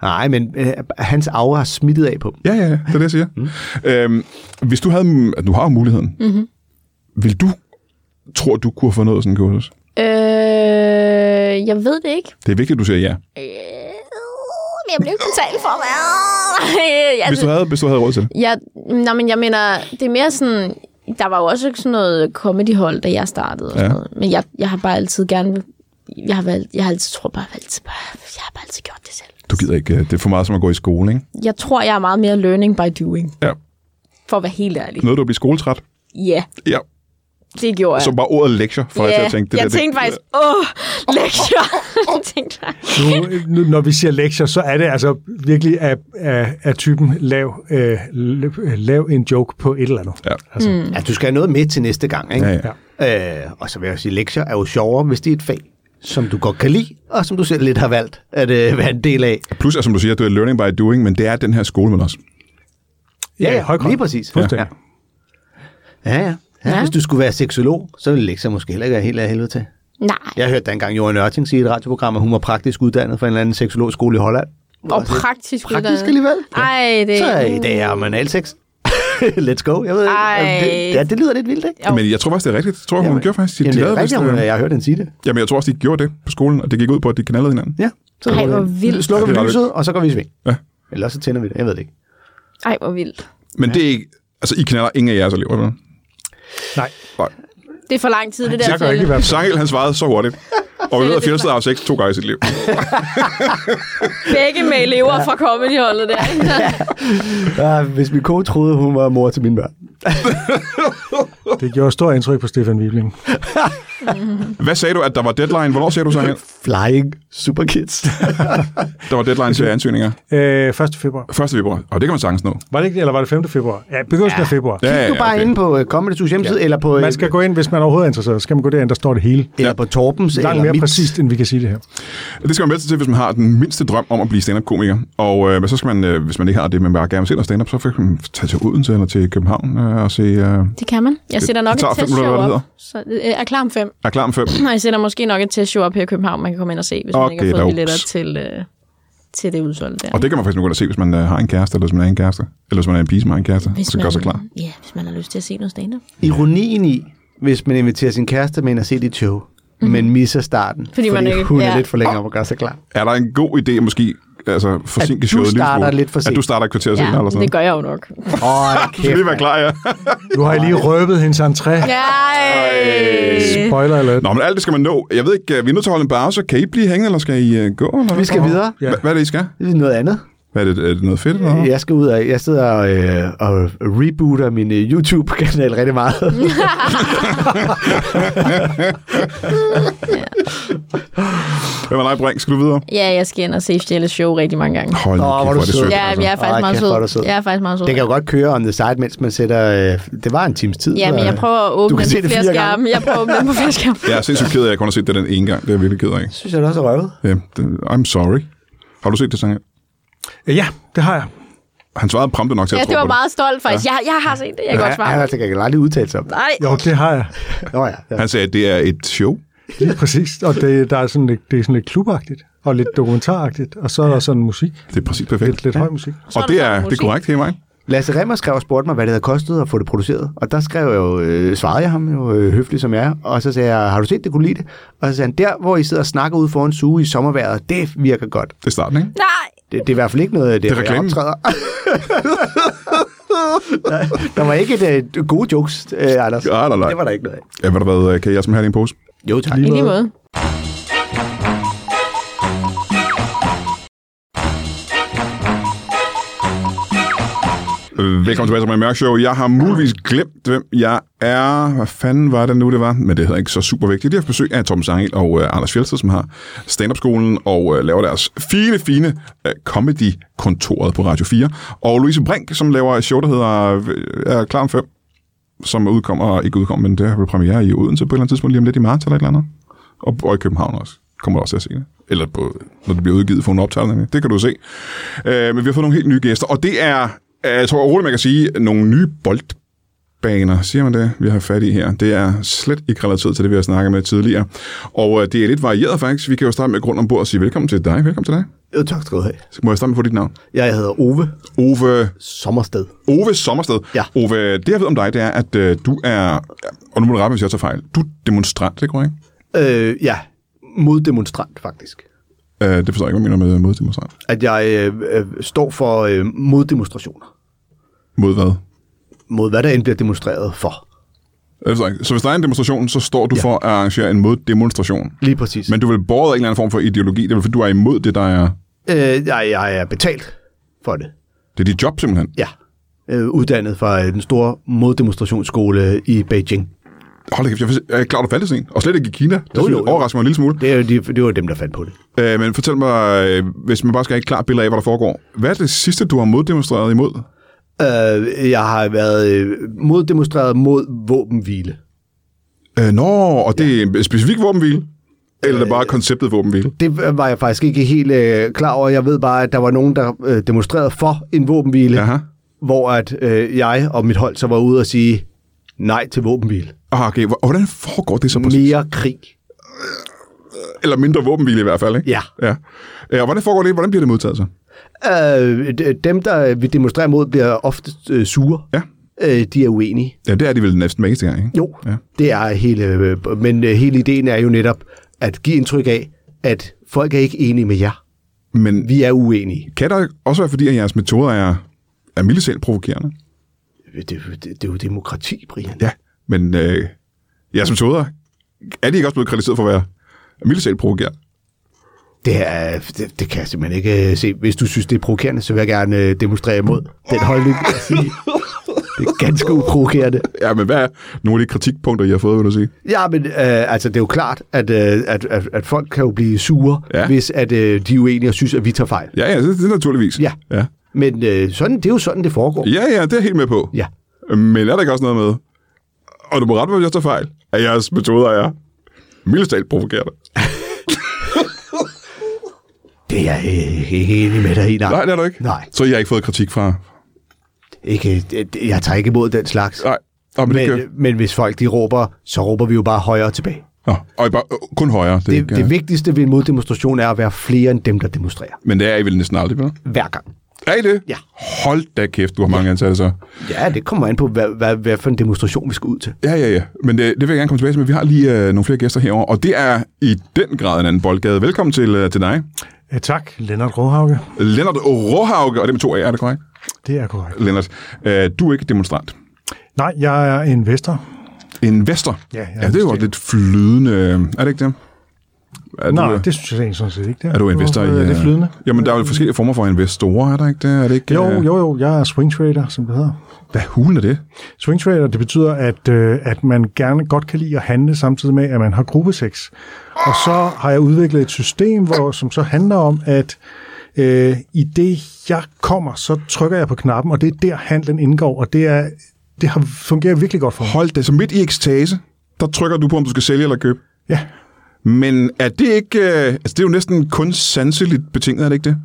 [SPEAKER 2] Nej, men øh, hans aura har smittet af på dem.
[SPEAKER 1] Ja, ja, ja, det er det, jeg siger. Mm. Øhm, hvis du havde, at du har jo muligheden, mm-hmm. vil du, tror du, kunne have fået noget af sådan en kursus?
[SPEAKER 3] Øh, jeg ved det ikke.
[SPEAKER 1] Det er vigtigt, at du siger ja.
[SPEAKER 3] Øh, jeg blev ikke betalt for det. Øh,
[SPEAKER 1] Hvis du havde, hvis du havde råd til det.
[SPEAKER 3] Jeg, nå, men jeg mener, det er mere sådan... Der var jo også sådan noget comedyhold, da jeg startede. Og
[SPEAKER 1] Ja.
[SPEAKER 3] sådan ja. noget. Men jeg, jeg har bare altid gerne... Jeg har, valgt, jeg har altid, tror bare, altid bare, jeg har bare altid gjort det selv.
[SPEAKER 1] Du gider ikke. øh, Det er for meget som at gå i skole, ikke?
[SPEAKER 3] Jeg tror, jeg er meget mere learning by doing.
[SPEAKER 1] Ja.
[SPEAKER 3] For at være helt ærlig.
[SPEAKER 1] Noget, du at blive skoletræt.
[SPEAKER 3] Ja,
[SPEAKER 1] Ja.
[SPEAKER 3] det gjorde jeg.
[SPEAKER 1] Så bare ordet lektier, for yeah. jeg til at tænke. Det
[SPEAKER 3] jeg
[SPEAKER 1] der,
[SPEAKER 3] tænkte
[SPEAKER 1] det,
[SPEAKER 3] faktisk, åh, lektier. Jeg tænkte faktisk,
[SPEAKER 4] Nu, nu, når vi siger lektier, så er det altså virkelig af, af, af typen lav, øh, l- lav en joke på et eller andet.
[SPEAKER 1] Ja.
[SPEAKER 4] Altså, mm.
[SPEAKER 2] Ja, du skal have noget med til næste gang, ikke?
[SPEAKER 1] Ja, ja.
[SPEAKER 2] Øh, og så vil jeg sige, lektier er jo sjovere, hvis det er et fag, som du godt kan lide, og som du selv lidt har valgt at øh, være en del af.
[SPEAKER 1] Plus, at, som du siger, du er learning by doing, men det er den her skole med os.
[SPEAKER 4] Ja, ja, højkort.
[SPEAKER 2] lige præcis.
[SPEAKER 4] Fuldstændig.
[SPEAKER 2] Ja, ja. ja, ja.
[SPEAKER 3] Ja.
[SPEAKER 2] Hvis du skulle være seksolog, så ville lektier måske heller ikke være helt af helvede til.
[SPEAKER 3] nej.
[SPEAKER 2] Jeg hørte da engang Johan Ørting sige i et radioprogram, at hun var praktisk uddannet fra en eller anden seksologskole i Holland.
[SPEAKER 3] Og praktisk
[SPEAKER 2] Praktisk
[SPEAKER 3] uddannet.
[SPEAKER 2] alligevel.
[SPEAKER 3] Ej, det Mm.
[SPEAKER 2] Så i dag er man alsex. Let's go. Jeg ved ikke.
[SPEAKER 3] Ej.
[SPEAKER 2] Jamen, Det, ja, det lyder lidt vildt, ikke?
[SPEAKER 3] Jo.
[SPEAKER 1] Men jeg tror faktisk, det er rigtigt. Jeg tror, hun gjorde faktisk, de
[SPEAKER 2] Jamen, det
[SPEAKER 1] knaldede
[SPEAKER 2] er rigtigt,
[SPEAKER 1] vist,
[SPEAKER 2] hun,
[SPEAKER 1] øh,
[SPEAKER 2] jeg har hørt hende sige det.
[SPEAKER 1] Jamen, jeg tror også, de gjorde det på skolen, og det gik ud på, at de knaldede hinanden.
[SPEAKER 2] Ja. Så
[SPEAKER 3] Ej, hvor
[SPEAKER 2] Vi
[SPEAKER 3] vildt.
[SPEAKER 2] slukker
[SPEAKER 1] Ja, det
[SPEAKER 2] vi
[SPEAKER 1] er ret
[SPEAKER 2] lyset, og så går vi i sving.
[SPEAKER 1] Ja.
[SPEAKER 2] Eller så tænder vi det. Jeg ved det ikke.
[SPEAKER 3] Ej, hvor vildt.
[SPEAKER 1] Men det er ikke... Altså, I knaller ingen af jeres elever, vel?
[SPEAKER 4] Nej,
[SPEAKER 3] Det er for lang tid, det der.
[SPEAKER 4] jeg gør
[SPEAKER 3] til-
[SPEAKER 4] ikke i hvert fald.
[SPEAKER 1] Sangel, han svarede så hurtigt. Og vi ved, at Fjeldsted har haft sex to gange i sit liv.
[SPEAKER 3] Begge med elever fra comedyholdet der.
[SPEAKER 2] Ja, hvis min kone troede, hun var mor til mine børn.
[SPEAKER 4] Det gjorde stort indtryk på Stefan Wibling.
[SPEAKER 1] Hvad sagde du, at der var deadline? Hvornår sagde du, Sangel?
[SPEAKER 2] Flying super kids.
[SPEAKER 1] Der var deadline til ansøgninger.
[SPEAKER 4] Øh, 1. februar.
[SPEAKER 1] 1. februar. Og det kan man sagtens nå.
[SPEAKER 4] Var det ikke, eller var det 5. februar? Ja, begyndelsen ja. af februar.
[SPEAKER 1] Ja,
[SPEAKER 2] Kig du bare okay. inde på uh, Comedy Zoo hjemmeside, ja. eller på, øh,
[SPEAKER 4] Man skal gå ind, hvis man overhovedet er interesseret, så skal man gå derind, der står det hele.
[SPEAKER 2] eller på Torbens,
[SPEAKER 4] Langt
[SPEAKER 2] eller
[SPEAKER 4] mere
[SPEAKER 2] mit.
[SPEAKER 4] præcist, end vi kan sige det her.
[SPEAKER 1] Det skal man melde sig til, hvis man har den mindste drøm om at blive stand-up-komiker. Og øh, men så skal man, øh, hvis man ikke har det, men bare gerne vil se noget stand-up, så kan man tage til Odense eller til København øh, og se... Øh,
[SPEAKER 3] Det kan man. Jeg sætter nok
[SPEAKER 1] Det tager
[SPEAKER 3] et
[SPEAKER 1] fem minutter,
[SPEAKER 3] testshow
[SPEAKER 1] hvad det
[SPEAKER 3] op. Så, øh, er klar om fem.
[SPEAKER 1] er klar om fem.
[SPEAKER 3] Og jeg sætter måske nok et testshow op her i København, man kan komme ind og se, hvis man ikke
[SPEAKER 1] Okay,
[SPEAKER 3] har fået
[SPEAKER 1] dog.
[SPEAKER 3] billetter til, øh, til det udsolgte der.
[SPEAKER 1] Og det kan man faktisk nu godt se, hvis man øh, har en kæreste, eller hvis man er en kæreste, eller hvis man er en pige, som har en kæreste, og så gør sig klar.
[SPEAKER 3] Ja, hvis man har lyst til at se noget stand-up.
[SPEAKER 2] Ironien i, hvis man inviterer sin kæreste med ind og se dit show,
[SPEAKER 3] Mhm.
[SPEAKER 2] mm-hmm. men misser starten, fordi,
[SPEAKER 3] man
[SPEAKER 2] fordi
[SPEAKER 3] ikke-
[SPEAKER 2] hun er
[SPEAKER 3] ja.
[SPEAKER 2] lidt for længe om at gøre sig klar.
[SPEAKER 1] Er der en god idé, at måske altså, forsinke
[SPEAKER 2] du
[SPEAKER 1] showet en lille
[SPEAKER 2] starter
[SPEAKER 1] smule?
[SPEAKER 2] lidt for
[SPEAKER 1] At
[SPEAKER 2] sent.
[SPEAKER 1] du starter et kvarter senere, eller sådan
[SPEAKER 3] det
[SPEAKER 1] noget?
[SPEAKER 3] gør jeg jo nok.
[SPEAKER 2] Åh, oh,
[SPEAKER 1] Skal
[SPEAKER 2] kæft.
[SPEAKER 1] vi være klar, ja.
[SPEAKER 4] Nu har jeg lige røbet hendes entré.
[SPEAKER 3] Nej.
[SPEAKER 4] Spoiler alert.
[SPEAKER 1] Nå, men alt det skal man nå. Jeg ved ikke, øh, vi er nødt til at holde en pause. Kan I blive hængende, eller skal I øh, gå? Eller?
[SPEAKER 2] Vi skal videre.
[SPEAKER 1] Ja. Hvad er det, I skal?
[SPEAKER 2] Det er noget andet.
[SPEAKER 1] Hvad er det, er det noget fedt? Eller? noget?
[SPEAKER 2] Jeg skal ud og, jeg sidder og, øh, og rebooter min øh, YouTube-kanal rigtig meget.
[SPEAKER 1] Hvad med dig, Brink? Skal du videre?
[SPEAKER 3] Ja, jeg skal ind og se Stjæles show rigtig mange gange.
[SPEAKER 1] Hold nu
[SPEAKER 2] Åh,
[SPEAKER 1] kæft,
[SPEAKER 2] hvor
[SPEAKER 1] hvor
[SPEAKER 2] er
[SPEAKER 1] er
[SPEAKER 2] du
[SPEAKER 1] det
[SPEAKER 2] sød.
[SPEAKER 1] sødt.
[SPEAKER 3] Ja,
[SPEAKER 1] altså.
[SPEAKER 3] jeg er faktisk
[SPEAKER 2] Ej,
[SPEAKER 3] meget
[SPEAKER 2] kæft, hvor er du
[SPEAKER 3] sød.
[SPEAKER 2] sød.
[SPEAKER 3] Jeg er faktisk meget sød.
[SPEAKER 2] Den kan jo godt køre on the side, mens man sætter... Øh, det var en times tid.
[SPEAKER 3] Ja, men jeg prøver at åbne
[SPEAKER 2] kan se
[SPEAKER 3] den på
[SPEAKER 2] det
[SPEAKER 3] flere
[SPEAKER 2] fire gange.
[SPEAKER 3] skærme. Jeg prøver at åbne den på flere skærme.
[SPEAKER 1] Jeg er sindssygt ked af, at jeg kun har set det den ene gang. Det er jeg virkelig ked af.
[SPEAKER 2] synes jeg, det også er røvet.
[SPEAKER 1] Ja, det, I'm sorry. Har du set det, Sange?
[SPEAKER 4] Ja, det har jeg.
[SPEAKER 1] Han svarede prompte nok til
[SPEAKER 3] Ja,
[SPEAKER 1] at tro
[SPEAKER 3] det var
[SPEAKER 1] på
[SPEAKER 3] meget stolt faktisk. Jeg, jeg har set det, jeg kan godt
[SPEAKER 2] Han
[SPEAKER 3] svare.
[SPEAKER 2] har til gengæld altså, aldrig udtalt sig om det.
[SPEAKER 3] Nej,
[SPEAKER 4] Jo, det har jeg.
[SPEAKER 2] Nå ja, ja.
[SPEAKER 1] det. Han sagde, at det er et show.
[SPEAKER 4] Lige præcis. Og det, der er sådan lidt, det er sådan lidt klubagtigt, og lidt dokumentaragtigt, og så er der sådan musik.
[SPEAKER 1] Det er præcis perfekt.
[SPEAKER 4] Lidt, lidt høj musik.
[SPEAKER 1] Og
[SPEAKER 3] er
[SPEAKER 1] det
[SPEAKER 3] der
[SPEAKER 1] er,
[SPEAKER 3] så
[SPEAKER 1] det er
[SPEAKER 3] musik.
[SPEAKER 1] korrekt, hele vejen.
[SPEAKER 2] Lasse Remmer skrev og spurgte mig, hvad det havde kostet at få det produceret. Og der skrev jeg jo, øh, svarede jeg ham jo øh, høfligt som jeg er. Og så sagde jeg, har du set det, kunne du lide det? Og så sagde han, der hvor I sidder og snakker ude foran suge i sommerværet, det virker godt.
[SPEAKER 1] Det er starten, ikke?
[SPEAKER 3] nej.
[SPEAKER 2] Det, det er i hvert fald ikke noget af det,
[SPEAKER 1] Det er
[SPEAKER 2] jeg
[SPEAKER 1] reklamen.
[SPEAKER 2] optræder. Nej, der var ikke et, øh, gode jokes, øh, Anders.
[SPEAKER 1] Ja, nej, nej.
[SPEAKER 2] Det var der ikke noget af.
[SPEAKER 1] Ja, hvad der været, kan jeg som have din pose?
[SPEAKER 2] Jo, tak.
[SPEAKER 3] I lige måde.
[SPEAKER 1] Øh, Velkommen tilbage til min mørk show. Jeg har muligvis glemt, hvem jeg er. Hvad fanden var det nu, det var? Men det er ikke så super vigtigt. Jeg har besøg af Tom Sangel og uh, Anders Fjeldsted, som har stand-up-skolen og uh, laver deres fine, fine uh, comedy-kontoret på Radio 4. Og Louise Brink, som laver et show, der hedder uh, Klar om 5, som udkommer, ikke udkommer, men det har vel premiere i Odense på et eller andet tidspunkt, lige om lidt i marts eller et eller andet. Og, og i København også. kommer du også til at se det. Eller på, når det bliver udgivet for en optagelse. Det kan du se. Øh, men vi har fået nogle helt nye gæster, og det er, øh, jeg tror roligt, man kan sige, nogle nye boldbaner, siger man det, vi har fat i her. Det er slet ikke relateret til det, vi har snakket med tidligere. Og øh, det er lidt varieret faktisk. Vi kan jo starte med grund ombord og sige velkommen til dig. Velkommen til dig.
[SPEAKER 2] Jo, tak skal du have.
[SPEAKER 1] Må jeg starte med at få dit navn?
[SPEAKER 2] Jeg hedder Ove
[SPEAKER 1] Ove
[SPEAKER 2] Sommersted.
[SPEAKER 1] Ove Sommersted.
[SPEAKER 2] Ja.
[SPEAKER 1] Ove, det jeg ved om dig, det er, at øh, du er, og nu må du rette mig, hvis jeg tager fejl, du er demonstrant, det er korrekt?
[SPEAKER 2] Øh, ja, moddemonstrant faktisk.
[SPEAKER 1] Øh, det forstår jeg ikke, hvad jeg mener med moddemonstrant.
[SPEAKER 2] At jeg øh, øh, står for øh, moddemonstrationer.
[SPEAKER 1] Mod hvad?
[SPEAKER 2] Mod hvad der end bliver demonstreret for.
[SPEAKER 1] Jeg Øh, forstår ikke. Så hvis der er en demonstration, så står du ja. for at arrangere en moddemonstration.
[SPEAKER 2] Lige præcis.
[SPEAKER 1] Men du vil båret af en eller anden form for ideologi, det er vel, fordi du er imod det, der er...
[SPEAKER 2] Øh, jeg, jeg er betalt for det.
[SPEAKER 1] Det er dit job simpelthen.
[SPEAKER 2] Ja. Øh, uddannet fra øh, den store moddemonstrationsskole i Beijing.
[SPEAKER 1] Hold da kæft, jeg, vidste- jeg er klar, du faldt sådan en. Og slet ikke i Kina. Det
[SPEAKER 2] Jo,
[SPEAKER 1] synes
[SPEAKER 2] jo,
[SPEAKER 1] jeg
[SPEAKER 2] jo.
[SPEAKER 1] overrasker mig en lille smule.
[SPEAKER 2] Det, er jo de, det var dem, der fandt på det.
[SPEAKER 1] Øh, men fortæl mig, øh, hvis man bare skal have et klart billede af, hvad der foregår. Hvad er det sidste, du har moddemonstreret imod?
[SPEAKER 2] Øh, jeg har været øh, moddemonstreret mod våbenhvile.
[SPEAKER 1] Øh, nå, og det er en specifik våbenhvile? Eller er
[SPEAKER 2] Øh,
[SPEAKER 1] det bare konceptet våbenhvile?
[SPEAKER 2] Det var jeg faktisk ikke helt øh, klar over. Jeg ved bare, at der var nogen, der øh, demonstrerede for en våbenhvile,
[SPEAKER 1] Aha.
[SPEAKER 2] hvor at øh, jeg og mit hold så var ude og sige nej til våbenhvile.
[SPEAKER 1] Ah, Okay, hvor- hvordan foregår det så præcis?
[SPEAKER 2] Mere krig.
[SPEAKER 1] Eller mindre våbenhvile i hvert fald, ikke?
[SPEAKER 2] Ja.
[SPEAKER 1] ja. Øh, Og hvordan foregår det? Hvordan bliver det modtaget så?
[SPEAKER 2] Øh, d- dem, der vi demonstrerer mod, bliver ofte øh, sure.
[SPEAKER 1] Ja.
[SPEAKER 2] Øh, de er uenige.
[SPEAKER 1] Ja, det er de vel næsten hver eneste gang, ikke?
[SPEAKER 2] Jo,
[SPEAKER 1] Ja.
[SPEAKER 2] ja. det er hele... Øh, men øh, hele ideen er jo netop at give indtryk af, at folk er ikke enige med jer.
[SPEAKER 1] Men
[SPEAKER 2] Vi er uenige.
[SPEAKER 1] kan der også være, fordi at jeres metoder er, er mildesælt provokerende?
[SPEAKER 2] Det, det, det er jo demokrati, Brian.
[SPEAKER 1] Ja. Men øh, jeres metoder, er de ikke også blevet kritiseret for at være mildesælt provokerende?
[SPEAKER 2] Det, er, det, det kan jeg simpelthen ikke øh, se. Hvis du synes, det er provokerende, så vil jeg gerne øh, demonstrere imod den holdning. og sige, det er ganske uprovokerende.
[SPEAKER 1] Ja, men hvad er nogle af de kritikpunkter, I har fået, vil du sige?
[SPEAKER 2] Ja, men øh, altså, det er jo klart, at, øh, at, at, at folk kan jo blive sure,
[SPEAKER 1] Ja.
[SPEAKER 2] ja. hvis at, øh, de er uenige og synes, at vi tager fejl.
[SPEAKER 1] Ja, ja, det, det er naturligvis.
[SPEAKER 2] Ja.
[SPEAKER 1] ja.
[SPEAKER 2] Men øh, sådan, det er jo sådan, det foregår.
[SPEAKER 1] Ja, ja, det er jeg helt med på.
[SPEAKER 2] Ja.
[SPEAKER 1] Men er der ikke også noget med, og du må rette mig, hvis jeg tager fejl, at jeres metoder er mildestalt provokerende?
[SPEAKER 2] Det er jeg øh, ikke enig med dig i. Nej,
[SPEAKER 1] Nej, det er du ikke.
[SPEAKER 2] Nej.
[SPEAKER 1] Så jeg har ikke fået kritik fra...
[SPEAKER 2] Ikke, det- det- jeg tager ikke imod den slags.
[SPEAKER 1] Nej, Nå, men, men... Det
[SPEAKER 4] øh,
[SPEAKER 1] kan...
[SPEAKER 2] Men, men hvis folk de råber, så råber vi jo bare højere tilbage.
[SPEAKER 1] Nå, og I bare, øh, kun højere. Det,
[SPEAKER 2] Det, det vigtigste ved en moddemonstration er at være flere end dem, der demonstrerer.
[SPEAKER 1] Men det er I vel næsten aldrig, vel?
[SPEAKER 2] Hver gang.
[SPEAKER 1] Er I det?
[SPEAKER 2] Ja.
[SPEAKER 1] Hold da kæft, du har mange ansatte så.
[SPEAKER 2] Ja, det kommer an på, hvad, hvad, hvad for en demonstration vi skal ud til.
[SPEAKER 1] Ja, ja, ja. Men øh, det, det vil jeg gerne komme tilbage til, men vi har lige øh, nogle flere gæster herover, og det er i den grad en anden boldgade. Velkommen til, øh, til dig.
[SPEAKER 4] Ja, tak, Lennart Råhauke.
[SPEAKER 1] Lennart Rohauge, og det er med to A'er, er det korrekt?
[SPEAKER 4] Det er korrekt.
[SPEAKER 1] Lennart, øh, du er ikke demonstrant.
[SPEAKER 4] Nej, jeg er investor.
[SPEAKER 1] Investor.
[SPEAKER 4] Ja, jeg
[SPEAKER 1] ja det er jo
[SPEAKER 4] investerer.
[SPEAKER 1] lidt flydende. øh, Er det ikke det? Er
[SPEAKER 4] Nej,
[SPEAKER 1] du, øh,
[SPEAKER 4] det synes jeg egentlig sådan set ikke. Det
[SPEAKER 1] er du investor i...
[SPEAKER 4] Hvorfor Er det
[SPEAKER 1] øh,
[SPEAKER 4] flydende?
[SPEAKER 1] Jamen, der er jo forskellige former for investorer, er der ikke det? Er det ikke,
[SPEAKER 4] Jo,
[SPEAKER 1] øh,
[SPEAKER 4] jo, jo, jeg er swing trader, som det hedder.
[SPEAKER 1] Hvad hulen er det?
[SPEAKER 4] Swing trader, det betyder, at, øh, at man gerne godt kan lide at handle samtidig med, at man har gruppesex. Og så har jeg udviklet et system, hvor, som så handler om, at øh, i det jeg kommer, så trykker jeg på knappen, og det er der handlen indgår, og det, er, det har fungeret virkelig godt for mig.
[SPEAKER 1] Hold da, så midt i ekstase, der trykker du på, om du skal sælge eller købe.
[SPEAKER 4] Ja.
[SPEAKER 1] Men er det ikke... Øh, altså, det er jo næsten kun sanseligt betinget, er det ikke det?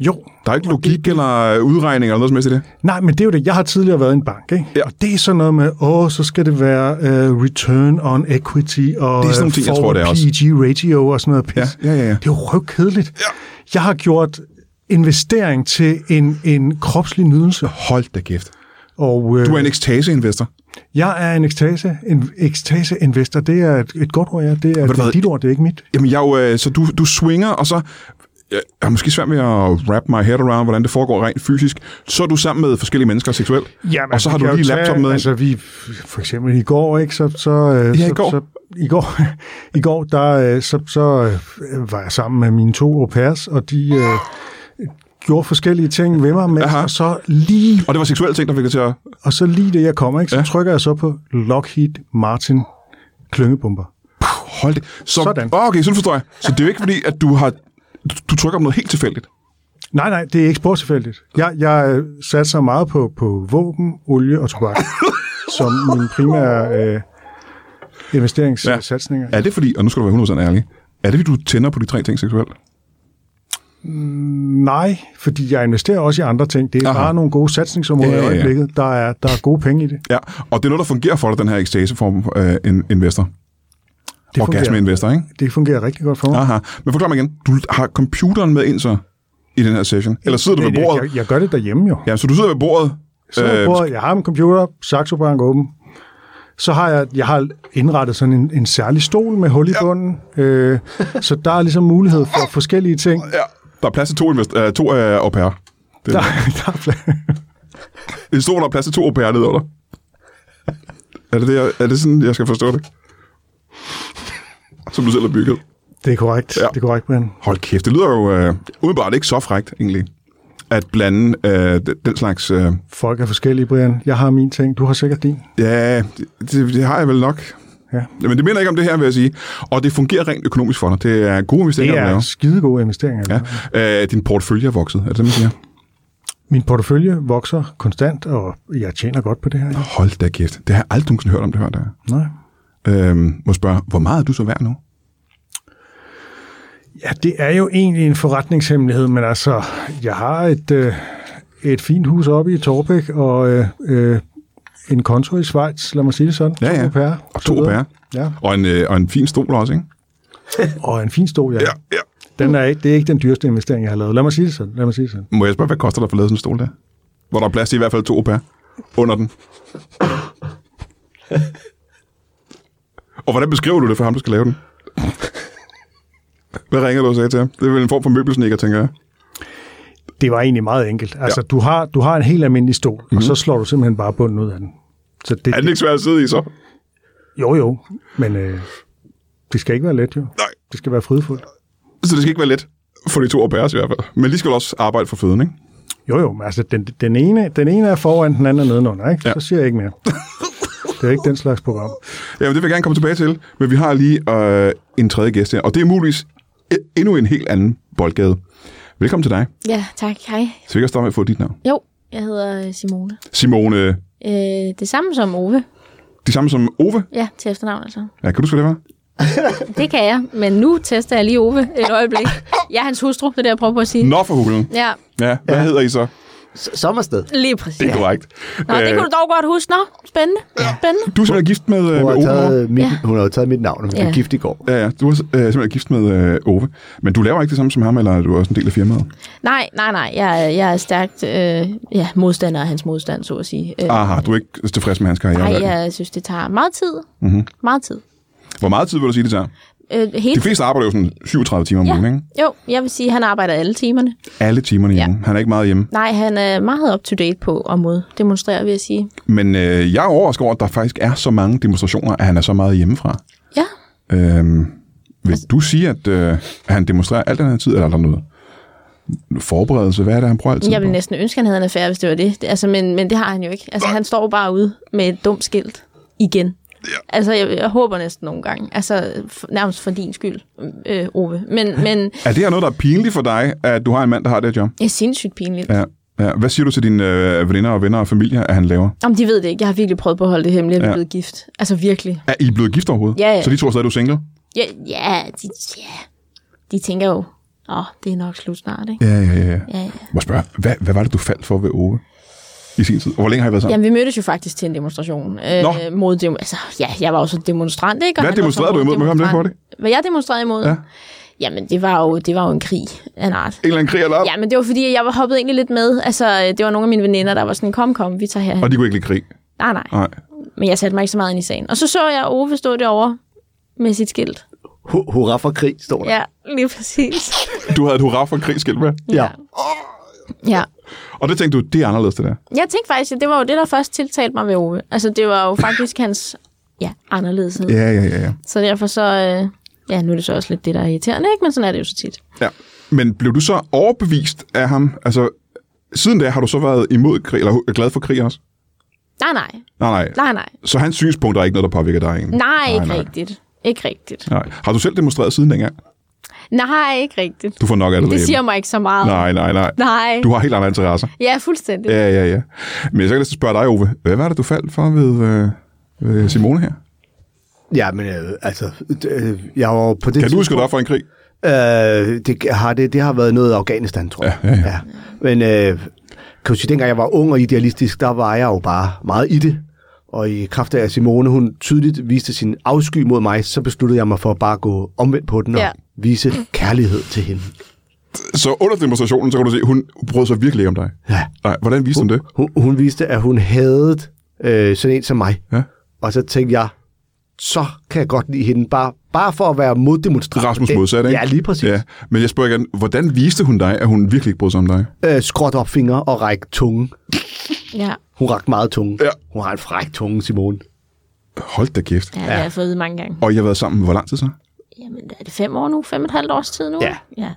[SPEAKER 4] Jo,
[SPEAKER 1] Der er ikke logik eller øh, udregning eller noget som helst i det.
[SPEAKER 4] Nej, men det er jo det. Jeg har tidligere været i en bank, ikke?
[SPEAKER 1] Ja.
[SPEAKER 4] Og det er sådan noget med, åh, så skal det være uh, return on equity og øh,
[SPEAKER 1] Det er sådan nogle ting, jeg tror,
[SPEAKER 4] forward
[SPEAKER 1] det er også.
[SPEAKER 4] PG ratio og sådan noget pis.
[SPEAKER 1] Ja, ja, ja, ja.
[SPEAKER 4] Det er jo røvkedeligt. Ja. Jeg har gjort investering til en, en kropslig nydelse,
[SPEAKER 1] Hold da kæft.
[SPEAKER 4] og øh,
[SPEAKER 1] Du er en ekstase-investor.
[SPEAKER 4] jeg er en ekstase, en ekstase-investor. Det er et, et godt ord, ja. Det er,
[SPEAKER 1] du
[SPEAKER 4] det er
[SPEAKER 1] hvad?
[SPEAKER 4] dit ord, det er ikke mit.
[SPEAKER 1] Jamen, jeg er jo, øh, så du, du swinger, og så... øh, Jeg har måske svært med at wrap my head around, hvordan det foregår rent fysisk. Så er du sammen med forskellige mennesker seksuelt, og så har
[SPEAKER 4] vi
[SPEAKER 1] du
[SPEAKER 4] kan
[SPEAKER 1] lige
[SPEAKER 4] jo
[SPEAKER 1] laptop
[SPEAKER 4] tage-
[SPEAKER 1] med. Altså,
[SPEAKER 4] Altså, vi, for eksempel i går, ikke, så... så øh,
[SPEAKER 1] Ja, i
[SPEAKER 4] så,
[SPEAKER 1] går.
[SPEAKER 4] Så, i går, i går der, øh, så, så øh, var jeg sammen med mine to au pairs, og de øh, gjorde forskellige ting ved mig, men
[SPEAKER 1] Aha.
[SPEAKER 4] og så, lige,
[SPEAKER 1] og det var seksuelle ting, der fik dig til at...
[SPEAKER 4] og så lige det, jeg kommer, ikke, så
[SPEAKER 1] Ja.
[SPEAKER 4] trykker jeg så på Lockheed Martin klyngebomber.
[SPEAKER 1] Hold det. Så,
[SPEAKER 4] Sådan.
[SPEAKER 1] Åh, okay, sådan forstår jeg. Så det er jo ikke fordi, at du har... Du, du trykker om noget helt tilfældigt.
[SPEAKER 4] Nej, nej, det er ikke sportsfældigt. Jeg, jeg øh, satser meget på, på våben, olie og tobak, som mine primære øh, investeringssatsninger.
[SPEAKER 1] Er det fordi, og nu skal du være 100% ærlig, Er det, fordi du tænder på de tre ting seksuelt?
[SPEAKER 4] Nej, fordi jeg investerer også i andre ting. Det er
[SPEAKER 1] Aha.
[SPEAKER 4] Aha. bare nogle gode satsningsområder
[SPEAKER 1] Ja,
[SPEAKER 4] ja,
[SPEAKER 1] ja,
[SPEAKER 4] ja,
[SPEAKER 1] ja.
[SPEAKER 4] i øjeblikket. Der er, der er gode penge i det.
[SPEAKER 1] Ja, og det er noget, der fungerer for dig, den her ekstaseform for øh, en investor.
[SPEAKER 4] Det fungerer,
[SPEAKER 1] Orgasme-investor, ikke?
[SPEAKER 4] det fungerer rigtig godt for mig.
[SPEAKER 1] Aha. Men forklar mig igen, du har computeren med ind så i den her session? Eller sidder du ved
[SPEAKER 4] Men
[SPEAKER 1] bordet?
[SPEAKER 4] jeg, jeg, jeg gør det derhjemme jo.
[SPEAKER 1] Ja, så du sidder ved bordet.
[SPEAKER 4] Så øh, bordet, jeg har en computer, Saxobank åben. Så har jeg, jeg har indrettet sådan en, en særlig stol med hul i bunden. Øh, så der er ligesom mulighed for forskellige ting.
[SPEAKER 1] ja, der er plads til to, invest- øh, to øh, au pair. Det
[SPEAKER 4] Der,
[SPEAKER 1] er,
[SPEAKER 4] der er pla-
[SPEAKER 1] en stor, der er plads til to au pair nede under. Er det, det, jeg, er det sådan, jeg skal forstå det? Som du selv har bygget.
[SPEAKER 4] det er korrekt.
[SPEAKER 1] Ja.
[SPEAKER 4] Ja. Det er korrekt, Brian.
[SPEAKER 1] Hold kæft, det lyder jo øh, udenbart ikke så frægt, egentlig, at blande øh, den- den slags... Øh,
[SPEAKER 4] Folk er forskellige, Brian. Jeg har min ting. Du har sikkert din.
[SPEAKER 1] Ja, det, det, det har jeg vel nok.
[SPEAKER 4] Ja.
[SPEAKER 1] Men det minder ikke om det her, vil jeg sige. Og det fungerer rent økonomisk for dig. Det er gode
[SPEAKER 4] Det
[SPEAKER 1] investeringer, du
[SPEAKER 4] er altså-
[SPEAKER 1] laver.
[SPEAKER 4] skidegode investeringer.
[SPEAKER 1] Ja. Øh, din portefølje er vokset, er det det, man siger?
[SPEAKER 4] Min portefølje vokser konstant, og jeg tjener godt på det her. ja.
[SPEAKER 1] Hold da kæft. Det har jeg aldrig nogensinde hørt om, det her. Der.
[SPEAKER 4] Nej.
[SPEAKER 1] Øhm, må spørge, hvor meget er du så værd nu?
[SPEAKER 4] Ja, det er jo egentlig en forretningshemmelighed, men altså, jeg har et, øh, et fint hus oppe i Torbæk, og øh, øh, en konto i Schweiz, lad mig sige det sådan.
[SPEAKER 1] Ja, ja.
[SPEAKER 4] To pære,
[SPEAKER 1] Og to pære.
[SPEAKER 4] Ja,
[SPEAKER 1] Og en, øh, og en fin stol også, ikke?
[SPEAKER 4] og en fin stol, ja. ja.
[SPEAKER 1] ja.
[SPEAKER 4] Den er, ikke- det er ikke den dyreste investering, jeg har lavet. Lad mig sige det sådan. Lad mig sige det sådan.
[SPEAKER 1] Må jeg spørge, hvad koster det at få lavet sådan en stol der? Hvor der er plads til i hvert fald to au pair under den. og hvordan beskriver du det for ham, der skal lave den? Hvad ringer du og sagde til ham? Det er vel en form for møbelsnikker, tænker jeg.
[SPEAKER 4] Det var egentlig meget enkelt. Altså, ja. du, har, du har en helt almindelig stol, mm-hmm. og så slår du simpelthen bare bunden ud af den. Så det,
[SPEAKER 1] Mhm. Er den ikke svær at sidde i, så?
[SPEAKER 4] Jo, jo, men øh, det skal ikke være let, jo.
[SPEAKER 1] Nej.
[SPEAKER 4] Det skal være frydefuldt.
[SPEAKER 1] Så det skal ikke være let for de to au pairs i hvert fald. Men de skal vel også arbejde for føden, ikke?
[SPEAKER 4] Jo, jo, men altså, den, den, ene, den ene er foran, den anden er nedenunder, ikke?
[SPEAKER 1] Ja.
[SPEAKER 4] Ja. Så siger jeg ikke mere. Det er ikke den slags program.
[SPEAKER 1] Jamen, det vil jeg gerne komme tilbage til, men vi har lige øh, en tredje gæst her, og det er muligvis e- endnu en helt anden boldgade. Velkommen til dig.
[SPEAKER 3] Ja, tak. Hej.
[SPEAKER 1] Så vi kan starte med at få dit navn.
[SPEAKER 3] Jo, jeg hedder øh, Simone.
[SPEAKER 1] Simone,
[SPEAKER 3] Øh, det samme som Ove.
[SPEAKER 1] det samme som Ove.
[SPEAKER 3] Ja, til efternavn altså.
[SPEAKER 1] Ja, kan du huske, hvad det var?
[SPEAKER 3] Det kan jeg, men nu tester jeg lige Ove et øjeblik. Jeg er hans hustru, det er det, jeg prøver på at sige.
[SPEAKER 1] Nå for hulen.
[SPEAKER 3] Ja,
[SPEAKER 1] Ja, hvad ja. hedder I så?
[SPEAKER 2] S- sommersted.
[SPEAKER 3] lige præcis.
[SPEAKER 1] Det er korrekt. Øh,
[SPEAKER 3] Nå, det kunne du dog godt huske. Nå, spændende. Spændende.
[SPEAKER 1] du er simpelthen gift med, øh,
[SPEAKER 2] Hun
[SPEAKER 1] med
[SPEAKER 2] har,
[SPEAKER 1] Ove. Taget...
[SPEAKER 2] taget mit,
[SPEAKER 3] Ja.
[SPEAKER 2] hun har jo taget mit navn, og hun blev
[SPEAKER 3] Ja.
[SPEAKER 2] gift i går.
[SPEAKER 1] Ja, ja, du er øh, simpelthen gift med øh, Ove. Men du laver ikke det samme som ham, eller er du også en del af firmaet?
[SPEAKER 3] Nej, nej, nej. Jeg, er- jeg er stærkt øh, ja, modstander af hans modstand, så at sige. Øh,
[SPEAKER 1] Aha, du er ikke tilfreds med hans karriere.
[SPEAKER 3] nej,
[SPEAKER 1] hverken.
[SPEAKER 3] jeg synes, det tager meget tid. Mm-hmm. Meget tid.
[SPEAKER 1] Hvor meget tid vil du sige, Mhm. det tager?
[SPEAKER 3] Øh,
[SPEAKER 1] De
[SPEAKER 3] helt.
[SPEAKER 1] fleste arbejder jo sådan 37 timer om
[SPEAKER 3] Ja.
[SPEAKER 1] ugen, ikke?
[SPEAKER 3] Jo, jeg vil sige, at han arbejder alle timerne.
[SPEAKER 1] Alle timerne hjemme. Ja. Han er ikke meget hjemme.
[SPEAKER 3] Nej, han er meget up-to-date på at moddemonstrere, vil jeg sige.
[SPEAKER 1] Men øh, jeg er overrasket over, at der faktisk er så mange demonstrationer, at han er så meget hjemmefra.
[SPEAKER 3] Ja,
[SPEAKER 1] Øhm, vil altså, du sige, at øh, han demonstrerer alt den her tid, eller er der noget forberedelse? Hvad er det, han bruger altid
[SPEAKER 3] jeg ville
[SPEAKER 1] på?
[SPEAKER 3] næsten ønske, han havde en affære, hvis det var det. Det- Altså, men, men det har han jo ikke. Altså, han står jo bare ude med et dumt skilt igen. Ja. Altså, jeg, jeg håber næsten nogle gange. Altså, f- nærmest for din skyld, øh, Ove. Men, men
[SPEAKER 1] Er det her noget, der er pinligt for dig, at du har en mand, der har det her job?
[SPEAKER 3] det er sindssygt pinligt.
[SPEAKER 1] Ja. ja. Hvad siger du til dine øh, veninder og venner og familie, at han laver?
[SPEAKER 3] Om de ved det ikke. Jeg har virkelig prøvet på at holde det hemmeligt, at vi
[SPEAKER 1] Ja.
[SPEAKER 3] er blevet gift. Altså virkelig.
[SPEAKER 1] Er I blevet gift overhovedet?
[SPEAKER 3] Ja, ja.
[SPEAKER 1] Så de tror stadig, du er single?
[SPEAKER 3] Ja, ja, de, ja. de tænker jo, åh, oh, det er nok slut snart, ikke?
[SPEAKER 1] Ja, ja, ja.
[SPEAKER 3] Ja, ja.
[SPEAKER 1] Må jeg spørge, hvad, hvad var det, du faldt for ved Ove i sin tid? Og hvor længe har I været sammen?
[SPEAKER 3] Jamen, vi mødtes jo faktisk til en demonstration.
[SPEAKER 1] Nå.
[SPEAKER 3] Øh, mod dem, altså, ja, jeg var jo så demonstrant, ikke? Og
[SPEAKER 1] Hvad
[SPEAKER 3] han var
[SPEAKER 1] demonstrerede du imod? Må jeg høre om det
[SPEAKER 3] demonstrant. Hvad jeg demonstrerede imod?
[SPEAKER 1] Ja.
[SPEAKER 3] Jamen, det var jo, det var jo en krig af en art.
[SPEAKER 1] En eller anden krig eller ja.
[SPEAKER 3] Ja, men det var fordi, jeg var hoppet egentlig lidt med. Altså, øh, det var nogle af mine veninder, der var sådan, kom, kom, vi tager herhen.
[SPEAKER 1] Og de kunne ikke lide krig?
[SPEAKER 3] Nej, nej.
[SPEAKER 1] Nej.
[SPEAKER 3] Men jeg satte mig ikke så meget ind i sagen. Og så så jeg Ove stå derovre med sit skilt.
[SPEAKER 2] Hu- Hurra for krig, står der.
[SPEAKER 3] Ja, lige præcis.
[SPEAKER 1] Du havde et hurra for krigsskilt med?
[SPEAKER 2] Ja.
[SPEAKER 3] Ja.
[SPEAKER 1] Og det tænkte du, det er anderledes, det der.
[SPEAKER 3] Jeg tænkte faktisk, at det var jo det, der først tiltalte mig ved Ove. Altså, det var jo faktisk hans ja, anderledeshed. Yeah.
[SPEAKER 1] Ja, ja, ja. ja.
[SPEAKER 3] Så derfor så... Øh, ja, nu er det så også lidt det, der er irriterende, ikke? Men sådan er det jo så tit.
[SPEAKER 1] ja. Men blev du så overbevist af ham? Altså, siden da har du så været imod krig, eller glad for krig også?
[SPEAKER 3] Nej, nej.
[SPEAKER 1] Nej, nej.
[SPEAKER 3] Nej, nej.
[SPEAKER 1] Så hans synspunkt er ikke noget, der påvirker dig egentlig?
[SPEAKER 3] Nej, ikke
[SPEAKER 1] nej.
[SPEAKER 3] rigtigt. Ikke rigtigt.
[SPEAKER 1] Nej. Har du selv demonstreret siden dengang?
[SPEAKER 3] Nej, ikke rigtigt.
[SPEAKER 1] Du får nok af det.
[SPEAKER 3] Det
[SPEAKER 1] derhjemme.
[SPEAKER 3] siger mig ikke så meget.
[SPEAKER 1] Nej, nej, nej.
[SPEAKER 3] Nej.
[SPEAKER 1] Du har helt andre interesser.
[SPEAKER 3] Ja, fuldstændig.
[SPEAKER 1] Ja, ja, ja. Men så kan jeg så spørge dig, Ove. Hvad var det, du faldt for ved, øh, ved Simone her?
[SPEAKER 2] Ja, men øh, altså, d- øh, jeg var jo på det
[SPEAKER 1] Kan du huske dig for en krig?
[SPEAKER 2] Øh, det, har det, det har været noget af Afghanistan, tror jeg.
[SPEAKER 1] Ja, ja, ja.
[SPEAKER 2] Men øh, kan du sige, dengang jeg var ung og idealistisk, der var jeg jo bare meget i det. Og i kraft af, at Simone hun tydeligt viste sin afsky mod mig, så besluttede jeg mig for at bare gå omvendt på den og
[SPEAKER 3] Ja.
[SPEAKER 2] vise kærlighed til hende.
[SPEAKER 1] Så under demonstrationen, så kan du se, at hun brød sig virkelig ikke om dig.
[SPEAKER 2] Ja.
[SPEAKER 1] Nej, hvordan viste hun det?
[SPEAKER 2] Hun, hun viste, at hun havde øh, sådan en som mig.
[SPEAKER 1] Ja.
[SPEAKER 2] Og så tænkte jeg, så kan jeg godt lide hende, bare, bare for at være moddemonstrant.
[SPEAKER 1] Rasmus
[SPEAKER 2] Det-
[SPEAKER 1] modsat, ikke?
[SPEAKER 2] Ja, lige præcis.
[SPEAKER 1] Ja. Men jeg spørger igen, hvordan viste hun dig, at hun virkelig ikke brød sig om dig?
[SPEAKER 2] Øh, skråt op fingre og række tunge.
[SPEAKER 3] Ja,
[SPEAKER 2] Hun rakte meget tunge.
[SPEAKER 1] Ja.
[SPEAKER 2] Hun har en fræk tunge, Simone.
[SPEAKER 1] Hold da kæft.
[SPEAKER 3] ja, det har jeg fået at vide mange gange.
[SPEAKER 1] Og I har været sammen, hvor lang tid så?
[SPEAKER 3] Jamen, er det fem år nu? Fem og et halvt års tid nu?
[SPEAKER 2] Ja.
[SPEAKER 3] ja.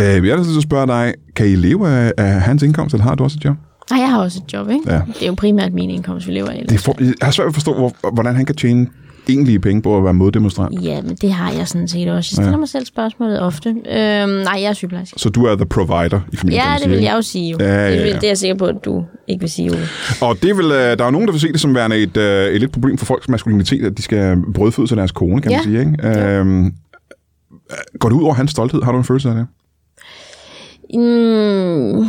[SPEAKER 1] Øh, jeg er nødt til at spørge dig, kan I leve af, af hans indkomst, eller har du også et job?
[SPEAKER 3] Nej, jeg har også et job, ikke?
[SPEAKER 1] Ja.
[SPEAKER 3] Det er jo primært min indkomst, vi lever af.
[SPEAKER 1] Det for, jeg har svært ved at forstå, hvor, hvordan han kan tjene egentlige penge på at være moddemonstrant.
[SPEAKER 3] Ja, men det har jeg sådan set også. Jeg stiller ja. mig selv spørgsmålet ofte. Øhm, nej, jeg er sygeplejerske.
[SPEAKER 1] Så du er the provider i familien, kan
[SPEAKER 3] Ja,
[SPEAKER 1] man
[SPEAKER 3] det
[SPEAKER 1] sige,
[SPEAKER 3] vil
[SPEAKER 1] ikke?
[SPEAKER 3] jeg jo sige. Jo.
[SPEAKER 1] Ja, ja,
[SPEAKER 3] Det, vil,
[SPEAKER 1] ja.
[SPEAKER 3] det er jeg sikker på, at du ikke vil sige. Jo.
[SPEAKER 1] Og det vil, øh, der er jo nogen, der vil se det som værende et, øh, et lidt problem for folks maskulinitet, at de skal brødføde sig deres kone, kan
[SPEAKER 3] Ja.
[SPEAKER 1] man sige. Ikke? Øhm, går det ud over hans stolthed? Har du en følelse af det?
[SPEAKER 3] Mm,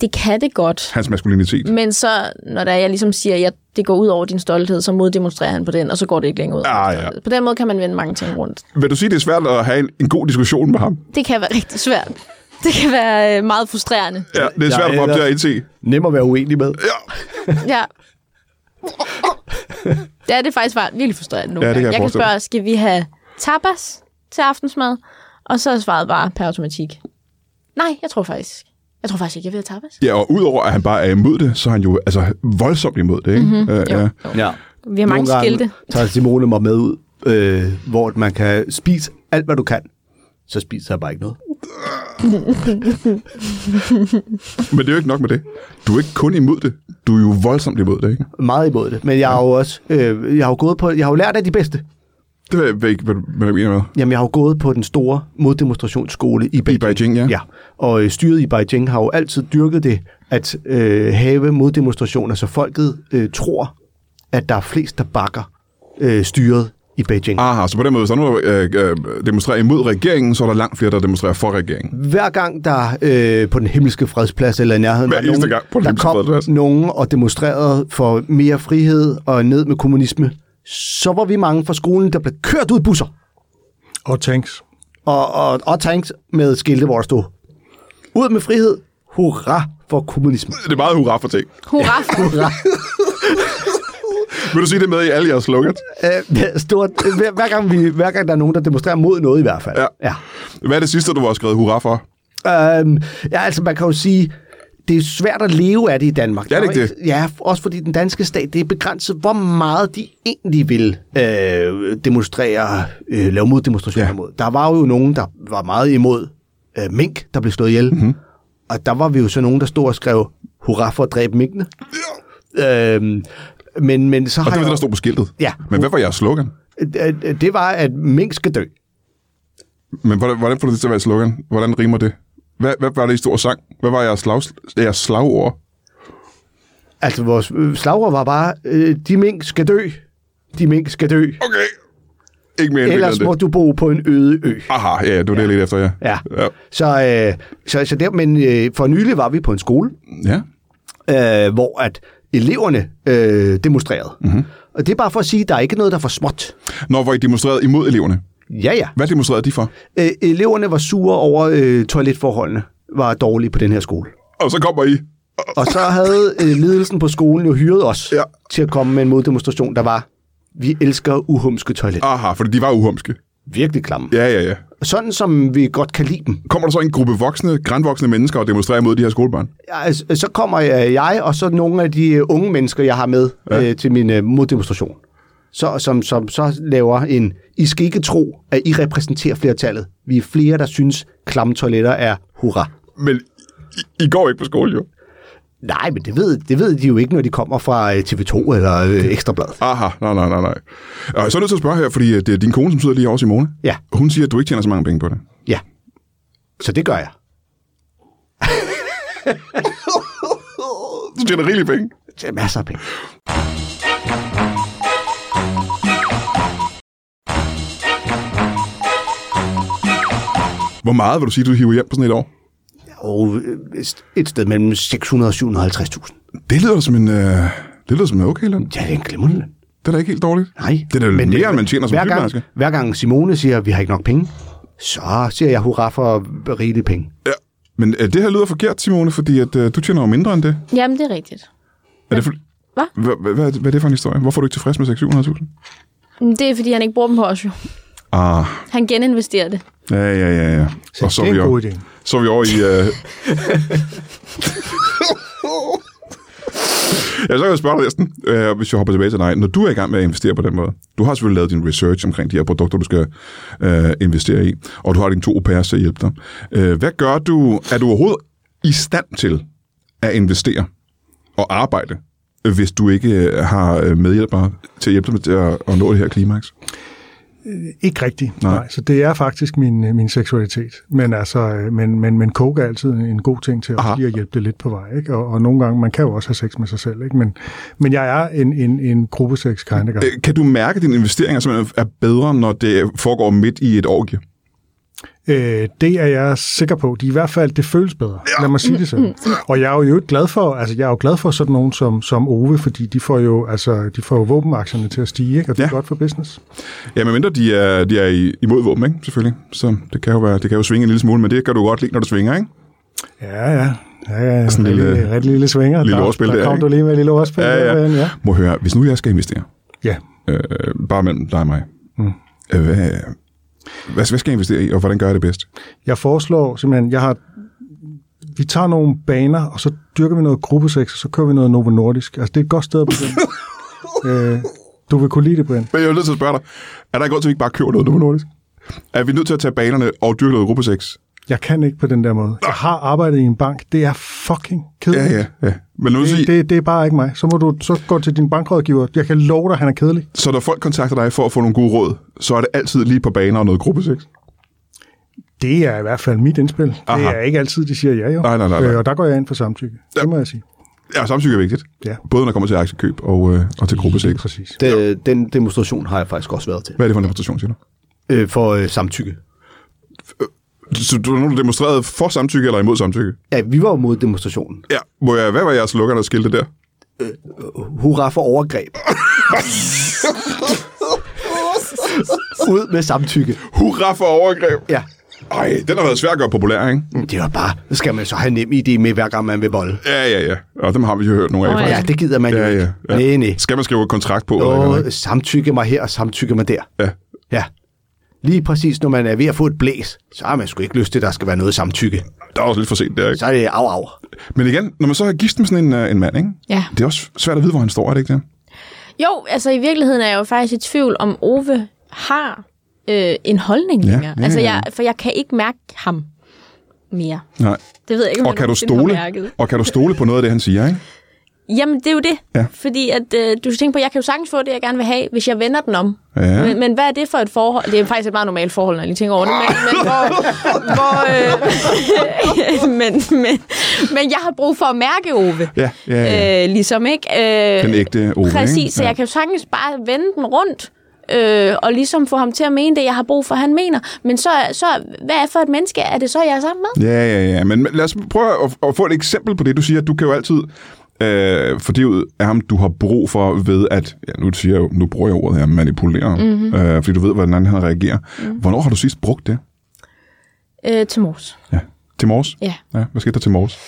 [SPEAKER 3] det kan det godt.
[SPEAKER 1] Hans maskulinitet?
[SPEAKER 3] Men så, når der, jeg ligesom siger, at jeg- det går ud over din stolthed, så moddemonstrerer han på den, og så går det ikke længere ud. over
[SPEAKER 1] Ah,
[SPEAKER 3] din
[SPEAKER 1] ja.
[SPEAKER 3] stolthed. På den måde kan man vende mange ting rundt.
[SPEAKER 1] Vil du sige, det er svært at have en, en god diskussion med ham?
[SPEAKER 3] Det kan være rigtig svært. Det kan være øh, meget frustrerende.
[SPEAKER 1] Ja, det er
[SPEAKER 2] Jeg
[SPEAKER 1] svært for ham
[SPEAKER 2] er-
[SPEAKER 1] til at indse.
[SPEAKER 2] Nem at være uenig med.
[SPEAKER 1] Ja.
[SPEAKER 3] Ja. Det er det faktisk bare virkelig frustrerende nogle
[SPEAKER 1] Ja, det kan jeg
[SPEAKER 3] gange. jeg kan
[SPEAKER 1] forestille
[SPEAKER 3] spørge, skal vi have tapas til aftensmad? Og så er svaret bare per automatik. Nej, jeg tror faktisk. Jeg tror faktisk ikke, jeg vil have tapas.
[SPEAKER 1] ja, og udover at han bare er imod det, så er han jo altså, voldsomt imod det. Ikke?
[SPEAKER 3] Mhm.
[SPEAKER 1] Mm-hmm. Øh, ja.
[SPEAKER 2] Ja.
[SPEAKER 3] Vi har mange skilte.
[SPEAKER 2] tager Simone mig med ud, øh, hvor man kan spise alt, hvad du kan. Så spiser jeg bare ikke noget.
[SPEAKER 1] Men det er jo ikke nok med det. Du er ikke kun imod det, du er jo voldsomt imod det. Ikke?
[SPEAKER 2] Meget imod det. Men jeg har jo også øh, jeg har jo gået på, jeg har jo lært af de bedste.
[SPEAKER 1] Det ved jeg ikke, hvad du hvad du mener med.
[SPEAKER 2] Jamen, jeg har jo gået på den store moddemonstrationsskole i
[SPEAKER 1] I
[SPEAKER 2] Beijing.
[SPEAKER 1] Beijing, ja.
[SPEAKER 2] Ja, og øh, styret i Beijing har jo altid dyrket det, at øh, have moddemonstrationer, så folket øh, tror, at der er flest, der bakker øh, styret i Beijing.
[SPEAKER 1] Aha, så på den måde, hvis der er nogen, der øh, øh, demonstrerer imod regeringen, så er der langt flere, der demonstrerer for regeringen.
[SPEAKER 2] Hver gang der øh, på den himmelske fredsplads eller i nærheden,
[SPEAKER 1] Hver
[SPEAKER 2] var
[SPEAKER 1] eneste
[SPEAKER 2] nogen,
[SPEAKER 1] gang på den
[SPEAKER 2] der
[SPEAKER 1] himmelske
[SPEAKER 2] kom
[SPEAKER 1] fredsplads.
[SPEAKER 2] nogen og demonstrerede for mere frihed og ned med kommunisme, så var vi mange fra skolen, der blev kørt ud i busser
[SPEAKER 4] Og tanks.
[SPEAKER 2] og, og, og tanks med skilte, hvor der stod, ud med frihed, hurra for kommunisme.
[SPEAKER 1] Det er meget hurra for ting.
[SPEAKER 3] Hurra for
[SPEAKER 2] Hurra.
[SPEAKER 1] Vil du sige det med i alle jeres slogans?
[SPEAKER 2] Øh, stort, hver, hver, gang vi, hver gang der er nogen, der demonstrerer mod noget i hvert fald.
[SPEAKER 1] Ja.
[SPEAKER 2] ja.
[SPEAKER 1] Hvad er det sidste, du har skrevet hurra for?
[SPEAKER 2] Øhm, ja, altså man kan jo sige, det er svært at leve af det i Danmark.
[SPEAKER 1] Ja, det er ikke det.
[SPEAKER 2] Ja, også fordi den danske stat, det er begrænset, hvor meget de egentlig vil øh, demonstrere, øh, lave moddemonstrationer
[SPEAKER 1] Ja.
[SPEAKER 2] ja. mod. Der var jo nogen, der var meget imod øh, mink, der blev slået ihjel.
[SPEAKER 1] Mhm.
[SPEAKER 2] Mm-hmm. Og der var vi jo så nogen, der stod og skrev, hurra for at dræbe minkene. Ja. Øhm, men, men så
[SPEAKER 1] Og det
[SPEAKER 2] har
[SPEAKER 1] var
[SPEAKER 2] jeg-
[SPEAKER 1] det, der stod på skiltet.
[SPEAKER 2] Ja.
[SPEAKER 1] Men hvad var jeres slogan?
[SPEAKER 2] Øh, øh, det var, at mink skal dø.
[SPEAKER 1] Men hvordan, hvordan får du det til at være et slogan? Hvordan rimer det? Hvad, hvad var det i stor sang? Hvad var jeres, slag, jeres slagord?
[SPEAKER 2] Altså, vores øh, slagord var bare, øh, de mink skal dø, de mink skal dø,
[SPEAKER 1] Okay. Ikke mere indviklet
[SPEAKER 2] ellers
[SPEAKER 1] end
[SPEAKER 2] må
[SPEAKER 1] det.
[SPEAKER 2] du bo på en øde ø.
[SPEAKER 1] Aha, ja, det var det, jeg lidt efter, ja.
[SPEAKER 2] Ja.
[SPEAKER 1] Ja.
[SPEAKER 2] Så, øh, så, så der, men øh, for nylig var vi på en skole,
[SPEAKER 1] ja.
[SPEAKER 2] øh, hvor at eleverne øh, demonstrerede.
[SPEAKER 1] Mhm.
[SPEAKER 2] Mm-hmm. Og det er bare for at sige, at der er ikke noget, der er for småt.
[SPEAKER 1] Når var I demonstreret imod eleverne?
[SPEAKER 2] Ja, ja.
[SPEAKER 1] Hvad demonstrerede de for?
[SPEAKER 2] Øh, eleverne var sure over øh, toiletforholdene, var dårlige på den her skole.
[SPEAKER 1] Og så kommer I.
[SPEAKER 2] Og så havde øh, ledelsen på skolen jo hyret os
[SPEAKER 1] Ja.
[SPEAKER 2] ja. til at komme med en moddemonstration, der var, vi elsker uhumske toiletter.
[SPEAKER 1] Aha, fordi de var uhumske.
[SPEAKER 2] Virkelig klamme.
[SPEAKER 1] Ja, ja, ja.
[SPEAKER 2] Sådan som vi godt kan lide dem.
[SPEAKER 1] Kommer der så en gruppe voksne, grænvoksne mennesker og demonstrerer imod de her skolebørn?
[SPEAKER 2] Ja, altså, Så kommer øh, jeg og så nogle af de øh, unge mennesker, jeg har med ja. øh, til min øh, moddemonstration, så, som, som så laver en, I skal ikke tro, at I repræsenterer flertallet. Vi er flere, der synes, klamme toiletter er hurra.
[SPEAKER 1] Men I, I går ikke på skole, jo.
[SPEAKER 2] Nej, men det ved, det ved de jo ikke, når de kommer fra øh, TV2 eller øh, Ekstrabladet.
[SPEAKER 1] Aha, nej, nej, nej, nej. Og så er jeg nødt til at spørge her, fordi øh, det er din kone, som sidder lige over Simone.
[SPEAKER 2] Ja.
[SPEAKER 1] Hun siger, at du ikke tjener så mange penge på det.
[SPEAKER 2] Ja, så det gør jeg.
[SPEAKER 1] Du tjener rigelige penge.
[SPEAKER 2] Det er masser af penge.
[SPEAKER 1] Hvor meget vil du sige, du hiver hjem på sådan et år?
[SPEAKER 2] Og øh, et sted mellem 600 og 750.000.
[SPEAKER 1] Det lyder da som en, øh, det lyder som en okay løn.
[SPEAKER 2] Ja, det er en glimrende løn.
[SPEAKER 1] Det er da ikke helt dårligt.
[SPEAKER 2] Nej.
[SPEAKER 1] Det er da
[SPEAKER 2] Men
[SPEAKER 1] mere, end man tjener som
[SPEAKER 2] hver gang,
[SPEAKER 1] sygeplejerske.
[SPEAKER 2] hver gang Simone siger, at vi har ikke nok penge, så siger jeg hurra for rigelige penge.
[SPEAKER 1] Ja. Men øh, det her lyder forkert, Simone, fordi at, øh, du tjener jo mindre end det.
[SPEAKER 3] Jamen, det er rigtigt.
[SPEAKER 1] Er det for...
[SPEAKER 3] Hvad?
[SPEAKER 1] Hvad, hvad, hvad, hvad er det for en historie? Hvorfor er du ikke tilfreds med 600.000?
[SPEAKER 3] Men Det er, fordi han ikke bruger dem på os jo.
[SPEAKER 1] Ah,
[SPEAKER 3] Han geninvesterer det.
[SPEAKER 1] ja, ja, ja. ja.
[SPEAKER 4] Så det er
[SPEAKER 1] vi
[SPEAKER 4] en
[SPEAKER 1] over,
[SPEAKER 4] god idé.
[SPEAKER 1] så er vi over i... Øh... ja, så kan jeg spørge dig, Esten, øh, hvis jeg hopper tilbage til dig. Når du er i gang med at investere på den måde, du har selvfølgelig lavet din research omkring de her produkter, du skal øh, investere i, og du har dine to au pairs til at hjælpe dig. Øh, hvad gør du? Er du overhovedet i stand til at investere og arbejde, hvis du ikke øh, har øh, medhjælpere til at hjælpe dig med til at, at nå det her klimaks?
[SPEAKER 4] Ikke rigtigt,
[SPEAKER 1] Nej.
[SPEAKER 4] nej. nej. Så det er faktisk min, øh, min seksualitet. Men, altså, øh, men, men, men coke er altid en god ting til at,
[SPEAKER 1] Aha.
[SPEAKER 4] lige at hjælpe det lidt på vej. Ikke? Og, og nogle gange, man kan jo også have sex med sig selv. Ikke? Men, men jeg er en, en, en gruppesex kind of guy.
[SPEAKER 1] Øh, Kan du mærke, at dine investeringer simpelthen er bedre, når det foregår midt i et orgie?
[SPEAKER 4] Øh, det er jeg sikker på. De i hvert fald, det føles bedre. Ja. Lad mig sige det sådan. Og jeg er jo i øvrigt glad for, altså jeg er jo glad for sådan nogen som, som Ove, fordi de får jo, altså, de får jo våbenaktierne til at stige, ikke? og det er
[SPEAKER 1] Ja.
[SPEAKER 4] godt for business.
[SPEAKER 1] Ja, men mindre de er, de er i, imod våben, ikke? selvfølgelig. Så det kan, jo være, det kan jo svinge en lille smule, men det kan du godt lide, når du svinger, ikke?
[SPEAKER 4] Ja, ja. Ja, ja.
[SPEAKER 1] Sådan
[SPEAKER 4] Sådan
[SPEAKER 1] en
[SPEAKER 4] en
[SPEAKER 1] lille-
[SPEAKER 4] lille, rigtig lille svinger.
[SPEAKER 1] lille
[SPEAKER 4] der,
[SPEAKER 1] ordspil
[SPEAKER 4] der,
[SPEAKER 1] der,
[SPEAKER 4] kom
[SPEAKER 1] ikke?
[SPEAKER 4] du lige med et lille ordspil.
[SPEAKER 1] Ja, ja.
[SPEAKER 4] der, ja.
[SPEAKER 1] Må høre, hvis nu jeg skal investere,
[SPEAKER 4] ja.
[SPEAKER 1] øh, bare mellem dig og mig, mm. øh, hvad, hvad, hvad skal jeg investere i, og hvordan gør jeg det bedst?
[SPEAKER 4] Jeg foreslår simpelthen, jeg har, vi tager nogle baner, og så dyrker vi noget gruppesex, og så kører vi noget Novo Nordisk. Altså, det er et godt sted at begynde. øh, du vil kunne lide det, Brian.
[SPEAKER 1] Men jeg er nødt til at spørge dig, er der en grund til, at vi ikke bare køber noget Novo Nordisk? Er vi nødt til at tage banerne og dyrke noget Europa 6?
[SPEAKER 4] Jeg kan ikke på den der måde. Jeg har arbejdet i en bank. Det er fucking
[SPEAKER 1] Ja,
[SPEAKER 4] kedeligt.
[SPEAKER 1] ja, ja. Men nu vil
[SPEAKER 4] Det,
[SPEAKER 1] sige,
[SPEAKER 4] det, det er bare ikke mig. Så må du så gå til din bankrådgiver. Jeg kan love dig, han er kedelig.
[SPEAKER 1] så når folk kontakter dig for at få nogle gode råd, så er det altid lige på baner og noget Gruppe 6.
[SPEAKER 4] Det er i hvert fald mit indspil.
[SPEAKER 1] Aha.
[SPEAKER 4] Det er ikke altid, de siger ja jo.
[SPEAKER 1] Nej, nej, nej, nej.
[SPEAKER 4] Øh, og der går jeg ind for samtykke. Ja. Det må jeg sige.
[SPEAKER 1] Ja, samtykke er vigtigt.
[SPEAKER 4] Ja.
[SPEAKER 1] Både når det kommer til aktiekøb og, øh, og til Gruppe 6.
[SPEAKER 4] Præcis.
[SPEAKER 2] Det, den demonstration har jeg faktisk også været til.
[SPEAKER 1] Hvad er det for en demonstration, siger du?
[SPEAKER 2] Øh, for øh, samtykke.
[SPEAKER 1] Så du er nogen, der demonstrerede for samtykke eller imod samtykke?
[SPEAKER 2] Ja, vi var jo mod demonstrationen.
[SPEAKER 1] Ja. Må jeg, hvad var jeres lukker, der skilte der?
[SPEAKER 2] Hurra for overgreb. Ud med samtykke.
[SPEAKER 1] Hurra for overgreb!
[SPEAKER 2] Ja.
[SPEAKER 1] Ej, den har været svær at gøre populær, ikke?
[SPEAKER 2] Det var bare, så skal man så have nem idé med, hver gang man vil volde.
[SPEAKER 1] Ja, ja, ja. Og dem har vi jo hørt nogle af, oh,
[SPEAKER 3] Åh, ja.
[SPEAKER 2] Ja, det gider man jo
[SPEAKER 1] Ja, ja,
[SPEAKER 2] ikke.
[SPEAKER 1] ja.
[SPEAKER 2] Nej, nej.
[SPEAKER 1] Skal man skrive et kontrakt på? Eller, hvad?
[SPEAKER 2] Åh, samtykke mig her og samtykke mig der.
[SPEAKER 1] ja.
[SPEAKER 2] Ja. Lige præcis, når man er ved at få et blæs, så har man sgu ikke lyst til, at der skal være noget samtykke.
[SPEAKER 1] Der er også lidt for sent der, ikke?
[SPEAKER 2] Så er det af, af.
[SPEAKER 1] Men igen, når man så har gift med sådan en, øh, en mand, ikke?
[SPEAKER 3] Ja.
[SPEAKER 1] Det er også svært at vide, hvor han står, er det ikke det?
[SPEAKER 3] Jo, altså i virkeligheden er jeg jo faktisk i tvivl, om Ove har øh, en holdning
[SPEAKER 1] Ja,
[SPEAKER 3] længere.
[SPEAKER 1] ja,
[SPEAKER 3] Altså,
[SPEAKER 1] ja.
[SPEAKER 3] jeg, for jeg kan ikke mærke ham mere.
[SPEAKER 1] Nej.
[SPEAKER 3] Det ved jeg ikke, om
[SPEAKER 1] Og
[SPEAKER 3] jeg
[SPEAKER 1] kan, du
[SPEAKER 3] nogensinde har
[SPEAKER 1] stole,
[SPEAKER 3] mærket.
[SPEAKER 1] og kan du stole på noget af det, han siger, ikke?
[SPEAKER 3] Jamen, det er jo det.
[SPEAKER 1] Ja.
[SPEAKER 3] Fordi at, øh, du skal tænke på, at jeg kan jo sagtens få det, jeg gerne vil have, hvis jeg vender den om.
[SPEAKER 1] Ja.
[SPEAKER 3] Men, men hvad er det for et forhold? Det er faktisk et meget normalt forhold, når jeg lige tænker over det. Men, men, hvor, hvor, øh, men, men, men jeg har brug for at mærke Ove.
[SPEAKER 1] Ja, ja, ja.
[SPEAKER 3] Øh, ligesom, ikke? Øh,
[SPEAKER 1] Den ægte Ove, ikke?
[SPEAKER 3] Præcis, så
[SPEAKER 1] Ja.
[SPEAKER 3] jeg kan jo sagtens bare vende den rundt. Øh, og ligesom få ham til at mene det, jeg har brug for, han mener. Men så, så hvad er for et menneske, er det så, jeg er sammen med?
[SPEAKER 1] Ja, ja, ja. Men lad os prøve at, at få et eksempel på det. Du siger, at du kan jo altid øh, få det ud af ham, du har brug for ved at, ja, nu, siger jeg, jo- nu bruger jeg ordet her, manipulere,
[SPEAKER 3] Mhm.
[SPEAKER 1] mm-hmm. øh, fordi du ved, hvordan han reagerer. Mm. Hvornår har du sidst brugt det?
[SPEAKER 3] Øh, til mors.
[SPEAKER 1] Ja. Til morges?
[SPEAKER 3] Ja.
[SPEAKER 1] ja. Hvad skete der til morges?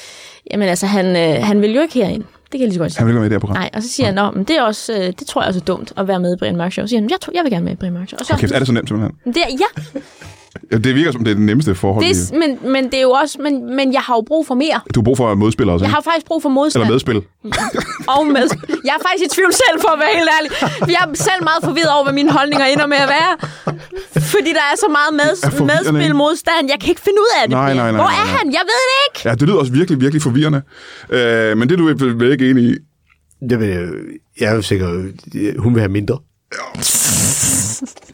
[SPEAKER 3] Jamen altså, han, øh, han vil jo ikke herind. Det kan jeg lige så godt sige.
[SPEAKER 1] Han vil ikke være med i det her program.
[SPEAKER 3] Nej, og så siger jeg, men det, er også, øh, det tror jeg også er dumt at være med i Brian Mørk Show. Så siger han, jeg, tror, jeg vil gerne med i Brian Mørk Show. Og så,
[SPEAKER 1] Hold kæft, er det så nemt simpelthen?
[SPEAKER 3] det, er- ja,
[SPEAKER 1] Ja, Det virker som, det er det nemmeste forhold.
[SPEAKER 3] det
[SPEAKER 1] Det...
[SPEAKER 3] er, s- men, men det er jo også, men, men jeg har jo brug for mere.
[SPEAKER 1] Du har brug for modspillere også,
[SPEAKER 3] Jeg
[SPEAKER 1] ikke?
[SPEAKER 3] har jo faktisk brug for modstand.
[SPEAKER 1] Eller medspil.
[SPEAKER 3] og med. Jeg er faktisk i tvivl selv, for at være helt ærlig. Jeg er selv meget forvirret over, hvad mine holdninger ender med at være. Fordi der er så meget med,
[SPEAKER 1] Er forvirrende,
[SPEAKER 3] medspil,
[SPEAKER 1] ikke?
[SPEAKER 3] modstand. Jeg kan ikke finde ud af det.
[SPEAKER 1] Nej,
[SPEAKER 3] mere.
[SPEAKER 1] nej, nej,
[SPEAKER 3] Hvor
[SPEAKER 1] nej,
[SPEAKER 3] er
[SPEAKER 1] nej.
[SPEAKER 3] han? Jeg ved det ikke.
[SPEAKER 1] Ja, det lyder også virkelig, virkelig forvirrende. Øh, men det er du vel vel ikke enig i.
[SPEAKER 2] Det vil, jeg er jo sikker, øh, hun vil have mindre.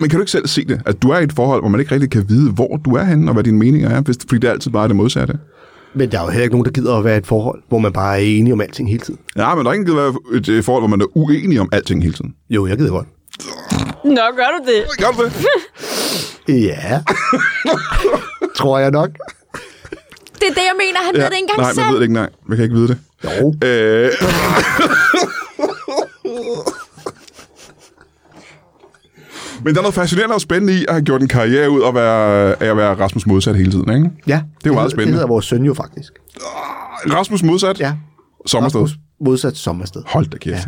[SPEAKER 1] Men kan du ikke selv se det? At du er i et forhold, hvor man ikke rigtig kan vide, hvor du er henne, og hvad dine meninger er, hvis- fordi det er altid bare det modsatte.
[SPEAKER 2] Men der er jo heller ikke nogen, der gider at være i et forhold, hvor man bare er enige om alting hele tiden.
[SPEAKER 1] Ja, men der er ikke engang været et øh, forhold, hvor man er uenig om alting hele tiden.
[SPEAKER 2] Jo, jeg gider godt.
[SPEAKER 3] Nå, gør du det?
[SPEAKER 1] Gør du det?
[SPEAKER 2] Ja. tror jeg nok.
[SPEAKER 3] Det er det, jeg mener. Han ja, ved det ikke engang
[SPEAKER 1] nej,
[SPEAKER 3] selv.
[SPEAKER 1] man ved det ikke, nej. Man kan ikke vide det.
[SPEAKER 2] Jo.
[SPEAKER 1] Øh, Men der er noget fascinerende og spændende i at have gjort en karriere ud af at være, af at være Rasmus modsat hele tiden, ikke?
[SPEAKER 2] Ja.
[SPEAKER 1] Det er jo meget
[SPEAKER 2] Det
[SPEAKER 1] spændende.
[SPEAKER 2] hedder vores søn jo faktisk.
[SPEAKER 1] Rasmus modsat?
[SPEAKER 2] Ja.
[SPEAKER 1] Sommersted?
[SPEAKER 2] Rasmus Modsat sommersted.
[SPEAKER 1] Hold da kæft. Ja.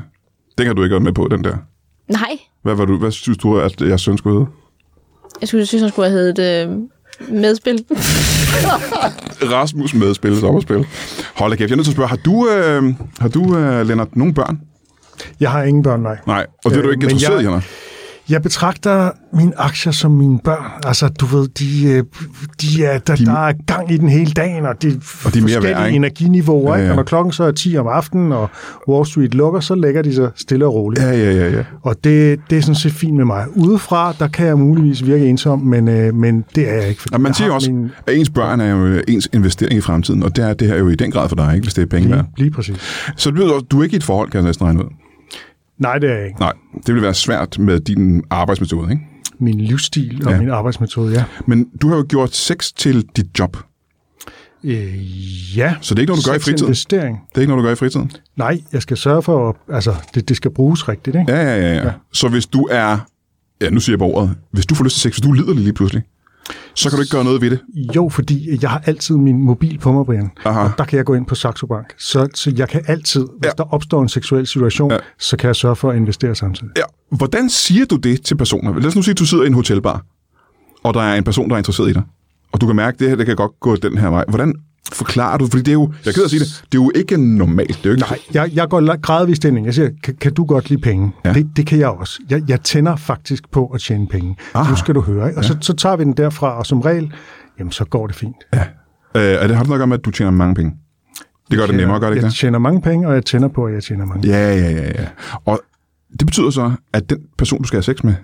[SPEAKER 1] Den har du ikke været med på, den der.
[SPEAKER 3] Nej,
[SPEAKER 1] Hvad, var du, hvad synes du, at jeg søn skulle hedde?
[SPEAKER 3] jeg skulle synes, han skulle have heddet øh, medspil.
[SPEAKER 1] Rasmus medspil, sommerspil. Hold da kæft, jeg er nødt til at spørge, har du, øh, har du øh, Lennart, nogen børn?
[SPEAKER 4] Jeg har ingen børn, nej.
[SPEAKER 1] Nej, og det er du
[SPEAKER 4] Øh,
[SPEAKER 1] ikke
[SPEAKER 4] men
[SPEAKER 1] interesseret jeg...
[SPEAKER 4] jeg-
[SPEAKER 1] i, Henrik?
[SPEAKER 4] Jeg betragter mine aktier som mine børn. Altså, du ved, de, øh, de er, der, de, der er gang i den hele dagen, og de, og de
[SPEAKER 1] er mere værd,
[SPEAKER 4] forskellige
[SPEAKER 1] ikke? Ja,
[SPEAKER 4] energiniveauer. Ja,
[SPEAKER 1] ja.
[SPEAKER 4] ja. Ikke? Og når klokken så er 10 om aftenen, og Wall Street lukker, så lægger de sig stille og roligt. Ja.
[SPEAKER 1] Ja, ja, ja, ja.
[SPEAKER 4] Og det, det er sådan set fint med mig. Udefra, der kan jeg muligvis virke ensom, men, øh, men det er jeg ikke. Fordi
[SPEAKER 1] Og man
[SPEAKER 4] jeg
[SPEAKER 1] siger jo
[SPEAKER 4] har
[SPEAKER 1] også,
[SPEAKER 4] Min,
[SPEAKER 1] at ens børn er jo øh, ens investering i fremtiden, og det er det her jo i den grad for dig, ikke, hvis det er penge værd.
[SPEAKER 4] lige, lige præcis.
[SPEAKER 1] Så det betyder også, du er ikke i et forhold, kan jeg næsten regne ud.
[SPEAKER 4] Nej, det er jeg ikke.
[SPEAKER 1] Nej, det vil være svært med din arbejdsmetode, ikke?
[SPEAKER 4] Min livsstil og
[SPEAKER 1] Ja.
[SPEAKER 4] ja. min arbejdsmetode, ja.
[SPEAKER 1] Men du har jo gjort sex til dit job.
[SPEAKER 4] Øh, ja.
[SPEAKER 1] Så det er ikke noget, du gør i
[SPEAKER 4] Sex
[SPEAKER 1] fritiden?
[SPEAKER 4] investering.
[SPEAKER 1] Det er ikke noget, du gør i fritiden?
[SPEAKER 4] Nej, jeg skal sørge for, at altså, det, det skal bruges rigtigt, ikke?
[SPEAKER 1] Ja, ja, ja. ja. ja. Så hvis du er... Ja, nu siger jeg bare ordet. Hvis du får lyst til sex, hvis du lider lige pludselig, så kan du ikke gøre noget ved det.
[SPEAKER 4] Jo, fordi jeg har altid min mobil på mig, Brian.
[SPEAKER 1] Aha.
[SPEAKER 4] Og der kan jeg gå ind på Saxo Bank. Så, så jeg kan altid, hvis
[SPEAKER 1] Ja.
[SPEAKER 4] ja. der opstår en seksuel situation,
[SPEAKER 1] Ja.
[SPEAKER 4] ja. så kan jeg sørge for at investere samtidig.
[SPEAKER 1] Ja. Hvordan siger du det til personer? Lad os nu sige, at du sidder i en hotelbar, og der er en person, der er interesseret i dig. Og du kan mærke, at det her det kan godt gå den her vej. Hvordan forklarer du? Fordi det er jo, jeg gider at sige det, det er jo ikke normalt. Det er jo ikke, Nej.
[SPEAKER 4] Jeg, jeg går la- gradvist ind. i- Jeg siger, kan, kan du godt lide penge?
[SPEAKER 1] Ja.
[SPEAKER 4] Ja. Det, det kan jeg også. Jeg, jeg tænder faktisk på at tjene penge.
[SPEAKER 1] Aha.
[SPEAKER 4] Aha. Nu skal du høre. Ikke? Og ja. så, så tager vi den derfra, og som regel, jamen så går det fint.
[SPEAKER 1] Øh, er det, har det noget at gøre med, at du tjener mange penge? Det gør det nemmere, gør det ikke
[SPEAKER 4] Jeg
[SPEAKER 1] det?
[SPEAKER 4] tjener mange penge, og jeg tænder på, at jeg tjener mange.
[SPEAKER 1] Ja, ja, ja, ja. Og det betyder så, at den person, du skal have sex med,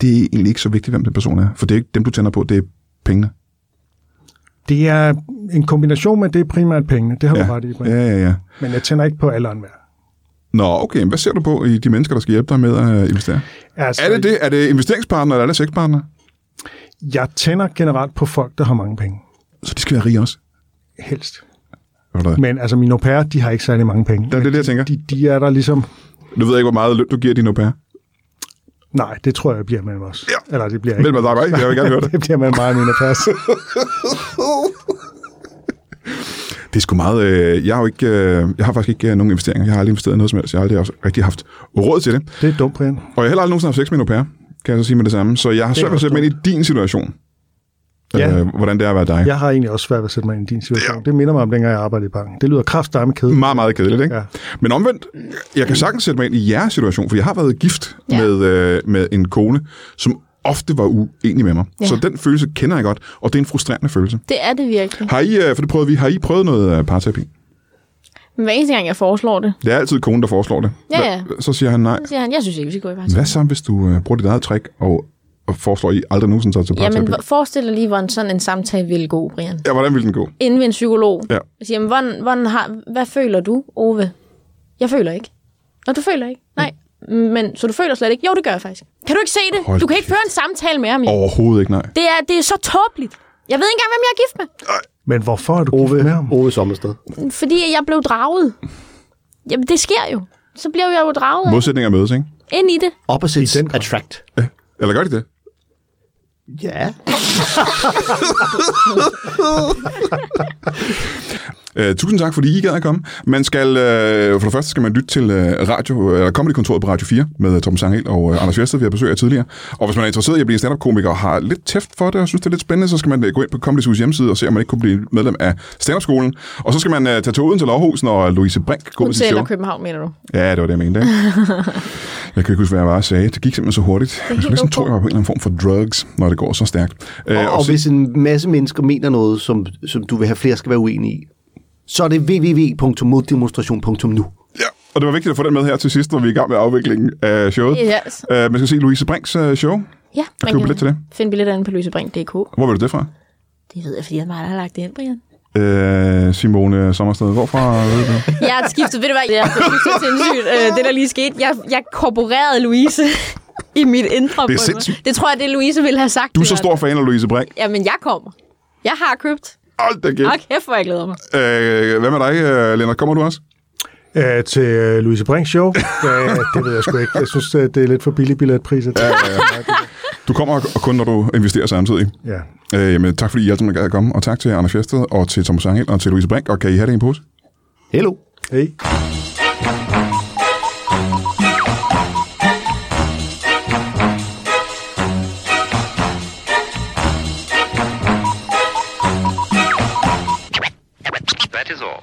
[SPEAKER 1] det er egentlig ikke så vigtigt, hvem den person er. For det er ikke dem, du tænder på, det er pengene.
[SPEAKER 4] Det er en kombination, men det er primært pengene. Det har ja. du ret i, Brian.
[SPEAKER 1] ja, ja, ja.
[SPEAKER 4] Men jeg tænder ikke på alle andre.
[SPEAKER 1] Nå, okay. men Hvad ser du på i de mennesker, der skal hjælpe dig med at investere?
[SPEAKER 4] Altså,
[SPEAKER 1] Er det det? Er det investeringspartner, eller er det sexpartner?
[SPEAKER 4] Jeg tænder generelt på folk, der har mange penge.
[SPEAKER 1] Så de skal være rige også.
[SPEAKER 4] Helst.
[SPEAKER 1] Eller hvad?
[SPEAKER 4] Men altså, mine au pair, de har ikke særlig mange penge.
[SPEAKER 1] Det er det, jeg tænker.
[SPEAKER 4] De, de er der ligesom...
[SPEAKER 1] Nu ved jeg ikke, hvor meget løn du giver din au pair.
[SPEAKER 4] Nej, det tror jeg bliver mellem os.
[SPEAKER 1] Ja.
[SPEAKER 4] Eller det bliver ikke.
[SPEAKER 1] Meld mig dig bare ikke, jeg vil gerne høre det.
[SPEAKER 4] det bliver mellem mig og mine au pairs.
[SPEAKER 1] Det er sgu meget... Øh, jeg, har jo ikke, øh, jeg har faktisk ikke øh, nogen investeringer. Jeg har aldrig investeret i noget som helst. Jeg har aldrig også rigtig haft råd til det.
[SPEAKER 4] Det er dumt, Brian.
[SPEAKER 1] Og jeg har heller aldrig nogensinde haft sex med en au pair, kan jeg så sige med det samme. Så jeg har svært ved at sætte mig ind i din situation.
[SPEAKER 4] Ja.
[SPEAKER 1] Øh, hvordan det er at være dig.
[SPEAKER 4] Jeg har egentlig også svært ved at sætte mig ind i din situation. Ja. Det minder mig om, dengang jeg arbejdede i banken. Det lyder kraftedeme kedeligt.
[SPEAKER 1] Meget, meget kedeligt, ikke? Ja.
[SPEAKER 4] Ja.
[SPEAKER 1] Men omvendt, jeg kan sagtens sætte mig ind i jeres situation, for jeg har været gift ja.
[SPEAKER 3] Ja.
[SPEAKER 1] med, øh, med en kone, som ofte var uenig med mig. Ja.
[SPEAKER 3] Ja.
[SPEAKER 1] Så den følelse kender jeg godt, og det er en frustrerende følelse.
[SPEAKER 3] Det er det virkelig.
[SPEAKER 1] Har I, øh, for det prøvede vi, har I prøvet noget øh, parterapi?
[SPEAKER 3] Men hver eneste gang, jeg foreslår det,
[SPEAKER 1] Det er altid konen, der foreslår det.
[SPEAKER 3] Ja,
[SPEAKER 1] Hva-
[SPEAKER 3] ja.
[SPEAKER 1] Så siger han nej.
[SPEAKER 3] så siger han, jeg synes ikke, vi skal gå i parterapi.
[SPEAKER 1] Hvad så, hvis du øh, bruger dit eget trick, og, og foreslår I aldrig nogensinde tager til parterapi?
[SPEAKER 3] Jamen,
[SPEAKER 1] Jamen,
[SPEAKER 3] hvor- forestil dig lige, hvordan sådan en samtale ville gå, Brian.
[SPEAKER 1] ja, hvordan ville den gå?
[SPEAKER 3] Inden ved en psykolog.
[SPEAKER 1] Ja.
[SPEAKER 3] Jeg siger, jamen, hvordan, hvordan har, hvad føler du, Ove? Jeg føler ikke. Nå, du føler ikke? Nej. Men, så du føler slet ikke? Jo, det gør jeg faktisk. Kan du ikke se det?
[SPEAKER 1] Hold
[SPEAKER 3] du kan ikke
[SPEAKER 1] kæft.
[SPEAKER 3] føre en samtale med ham. jo.
[SPEAKER 1] Overhovedet ikke nej.
[SPEAKER 3] Det, er, det er så tåbeligt. Jeg ved ikke engang, hvem jeg er gift med.
[SPEAKER 4] Men hvorfor er du gift
[SPEAKER 2] Ove,
[SPEAKER 4] med ham?
[SPEAKER 2] Ove Sommersted.
[SPEAKER 3] Fordi jeg blev draget. Jamen, det sker jo. Så bliver jeg jo draget af-
[SPEAKER 1] Modsætninger mødes, ikke?
[SPEAKER 3] ind i det.
[SPEAKER 2] Opposites
[SPEAKER 4] I den grad.
[SPEAKER 2] attract.
[SPEAKER 1] Eller gør de det?
[SPEAKER 2] Ja.
[SPEAKER 1] Øh, tusind tak, fordi I gad at komme. Man skal, øh, for det første skal man lytte til øh, radio, eller Comedy-kontoret på Radio 4 med øh, Tom Sangel og øh, Anders Fjelsted, vi har besøg af tidligere. Og hvis man er interesseret i at blive stand-up-komiker og har lidt tæft for det og synes, det er lidt spændende, så skal man øh, gå ind på Comedy Hus hjemmeside og se, om man ikke kunne blive medlem af stand-up-skolen. Og så skal man øh, tage toget til Lovhus, når Louise Brink går med sit
[SPEAKER 3] Hotel
[SPEAKER 1] show.
[SPEAKER 3] og København, mener du?
[SPEAKER 1] Ja, det var det, jeg mente. ikke? jeg kan ikke huske, hvad jeg bare sagde. Det gik simpelthen så hurtigt. Jeg
[SPEAKER 3] helt
[SPEAKER 1] skulle næsten tro,
[SPEAKER 3] okay.
[SPEAKER 1] jeg var på en eller anden form for drugs, når det går så stærkt. Øh,
[SPEAKER 2] Og, og
[SPEAKER 1] se-
[SPEAKER 2] hvis en masse mennesker mener noget, som, som du vil have flere skal være uenige i, så er det www.moddemonstration.nu.
[SPEAKER 1] Ja, og det var vigtigt at få den med her til sidst, når vi er i gang med afviklingen af showet.
[SPEAKER 3] Yes.
[SPEAKER 1] Uh, man skal se Louise Brinks uh, show.
[SPEAKER 3] Ja,
[SPEAKER 1] købe billet til det.
[SPEAKER 3] Find billet inde på løsebrink.dk.
[SPEAKER 1] Hvor ved du det fra?
[SPEAKER 3] Det ved jeg, fordi jeg meget har lagt det ind, Brian.
[SPEAKER 1] Uh, Simone Sommersted. Hvorfra ved du det?
[SPEAKER 3] Jeg har skiftet, ved du hvad, jeg er sindssygt, øh, det der lige skete. Jeg, jeg korporerede Louise i mit indre. på en måde.
[SPEAKER 1] sindssygt.
[SPEAKER 3] Det tror jeg, det Louise ville have sagt.
[SPEAKER 1] Du
[SPEAKER 3] i
[SPEAKER 1] er så
[SPEAKER 3] hvert
[SPEAKER 1] stor fan af Louise Brink.
[SPEAKER 3] fald. Jamen, jeg kommer. Jeg har købt.
[SPEAKER 1] Hold da kæft.
[SPEAKER 3] Og kæft, hvor jeg glæder mig.
[SPEAKER 1] Øh, hvad med dig, øh, Lennart? Kommer du også?
[SPEAKER 4] Øh, til øh, Louise Brink show. øh, det ved jeg sgu ikke. Jeg synes, øh, det er lidt for billige billetpriser. Ja,
[SPEAKER 1] Du kommer og- og kun, når du investerer samtidig.
[SPEAKER 4] ja.
[SPEAKER 1] Øh, jamen, tak fordi I alle sammen gad at komme, og tak til Anders Fjæsted, og til Thomas Angel, og til Louise Brink, og kan I have det i en pose?
[SPEAKER 2] Hello.
[SPEAKER 4] Hey.
[SPEAKER 5] That is all.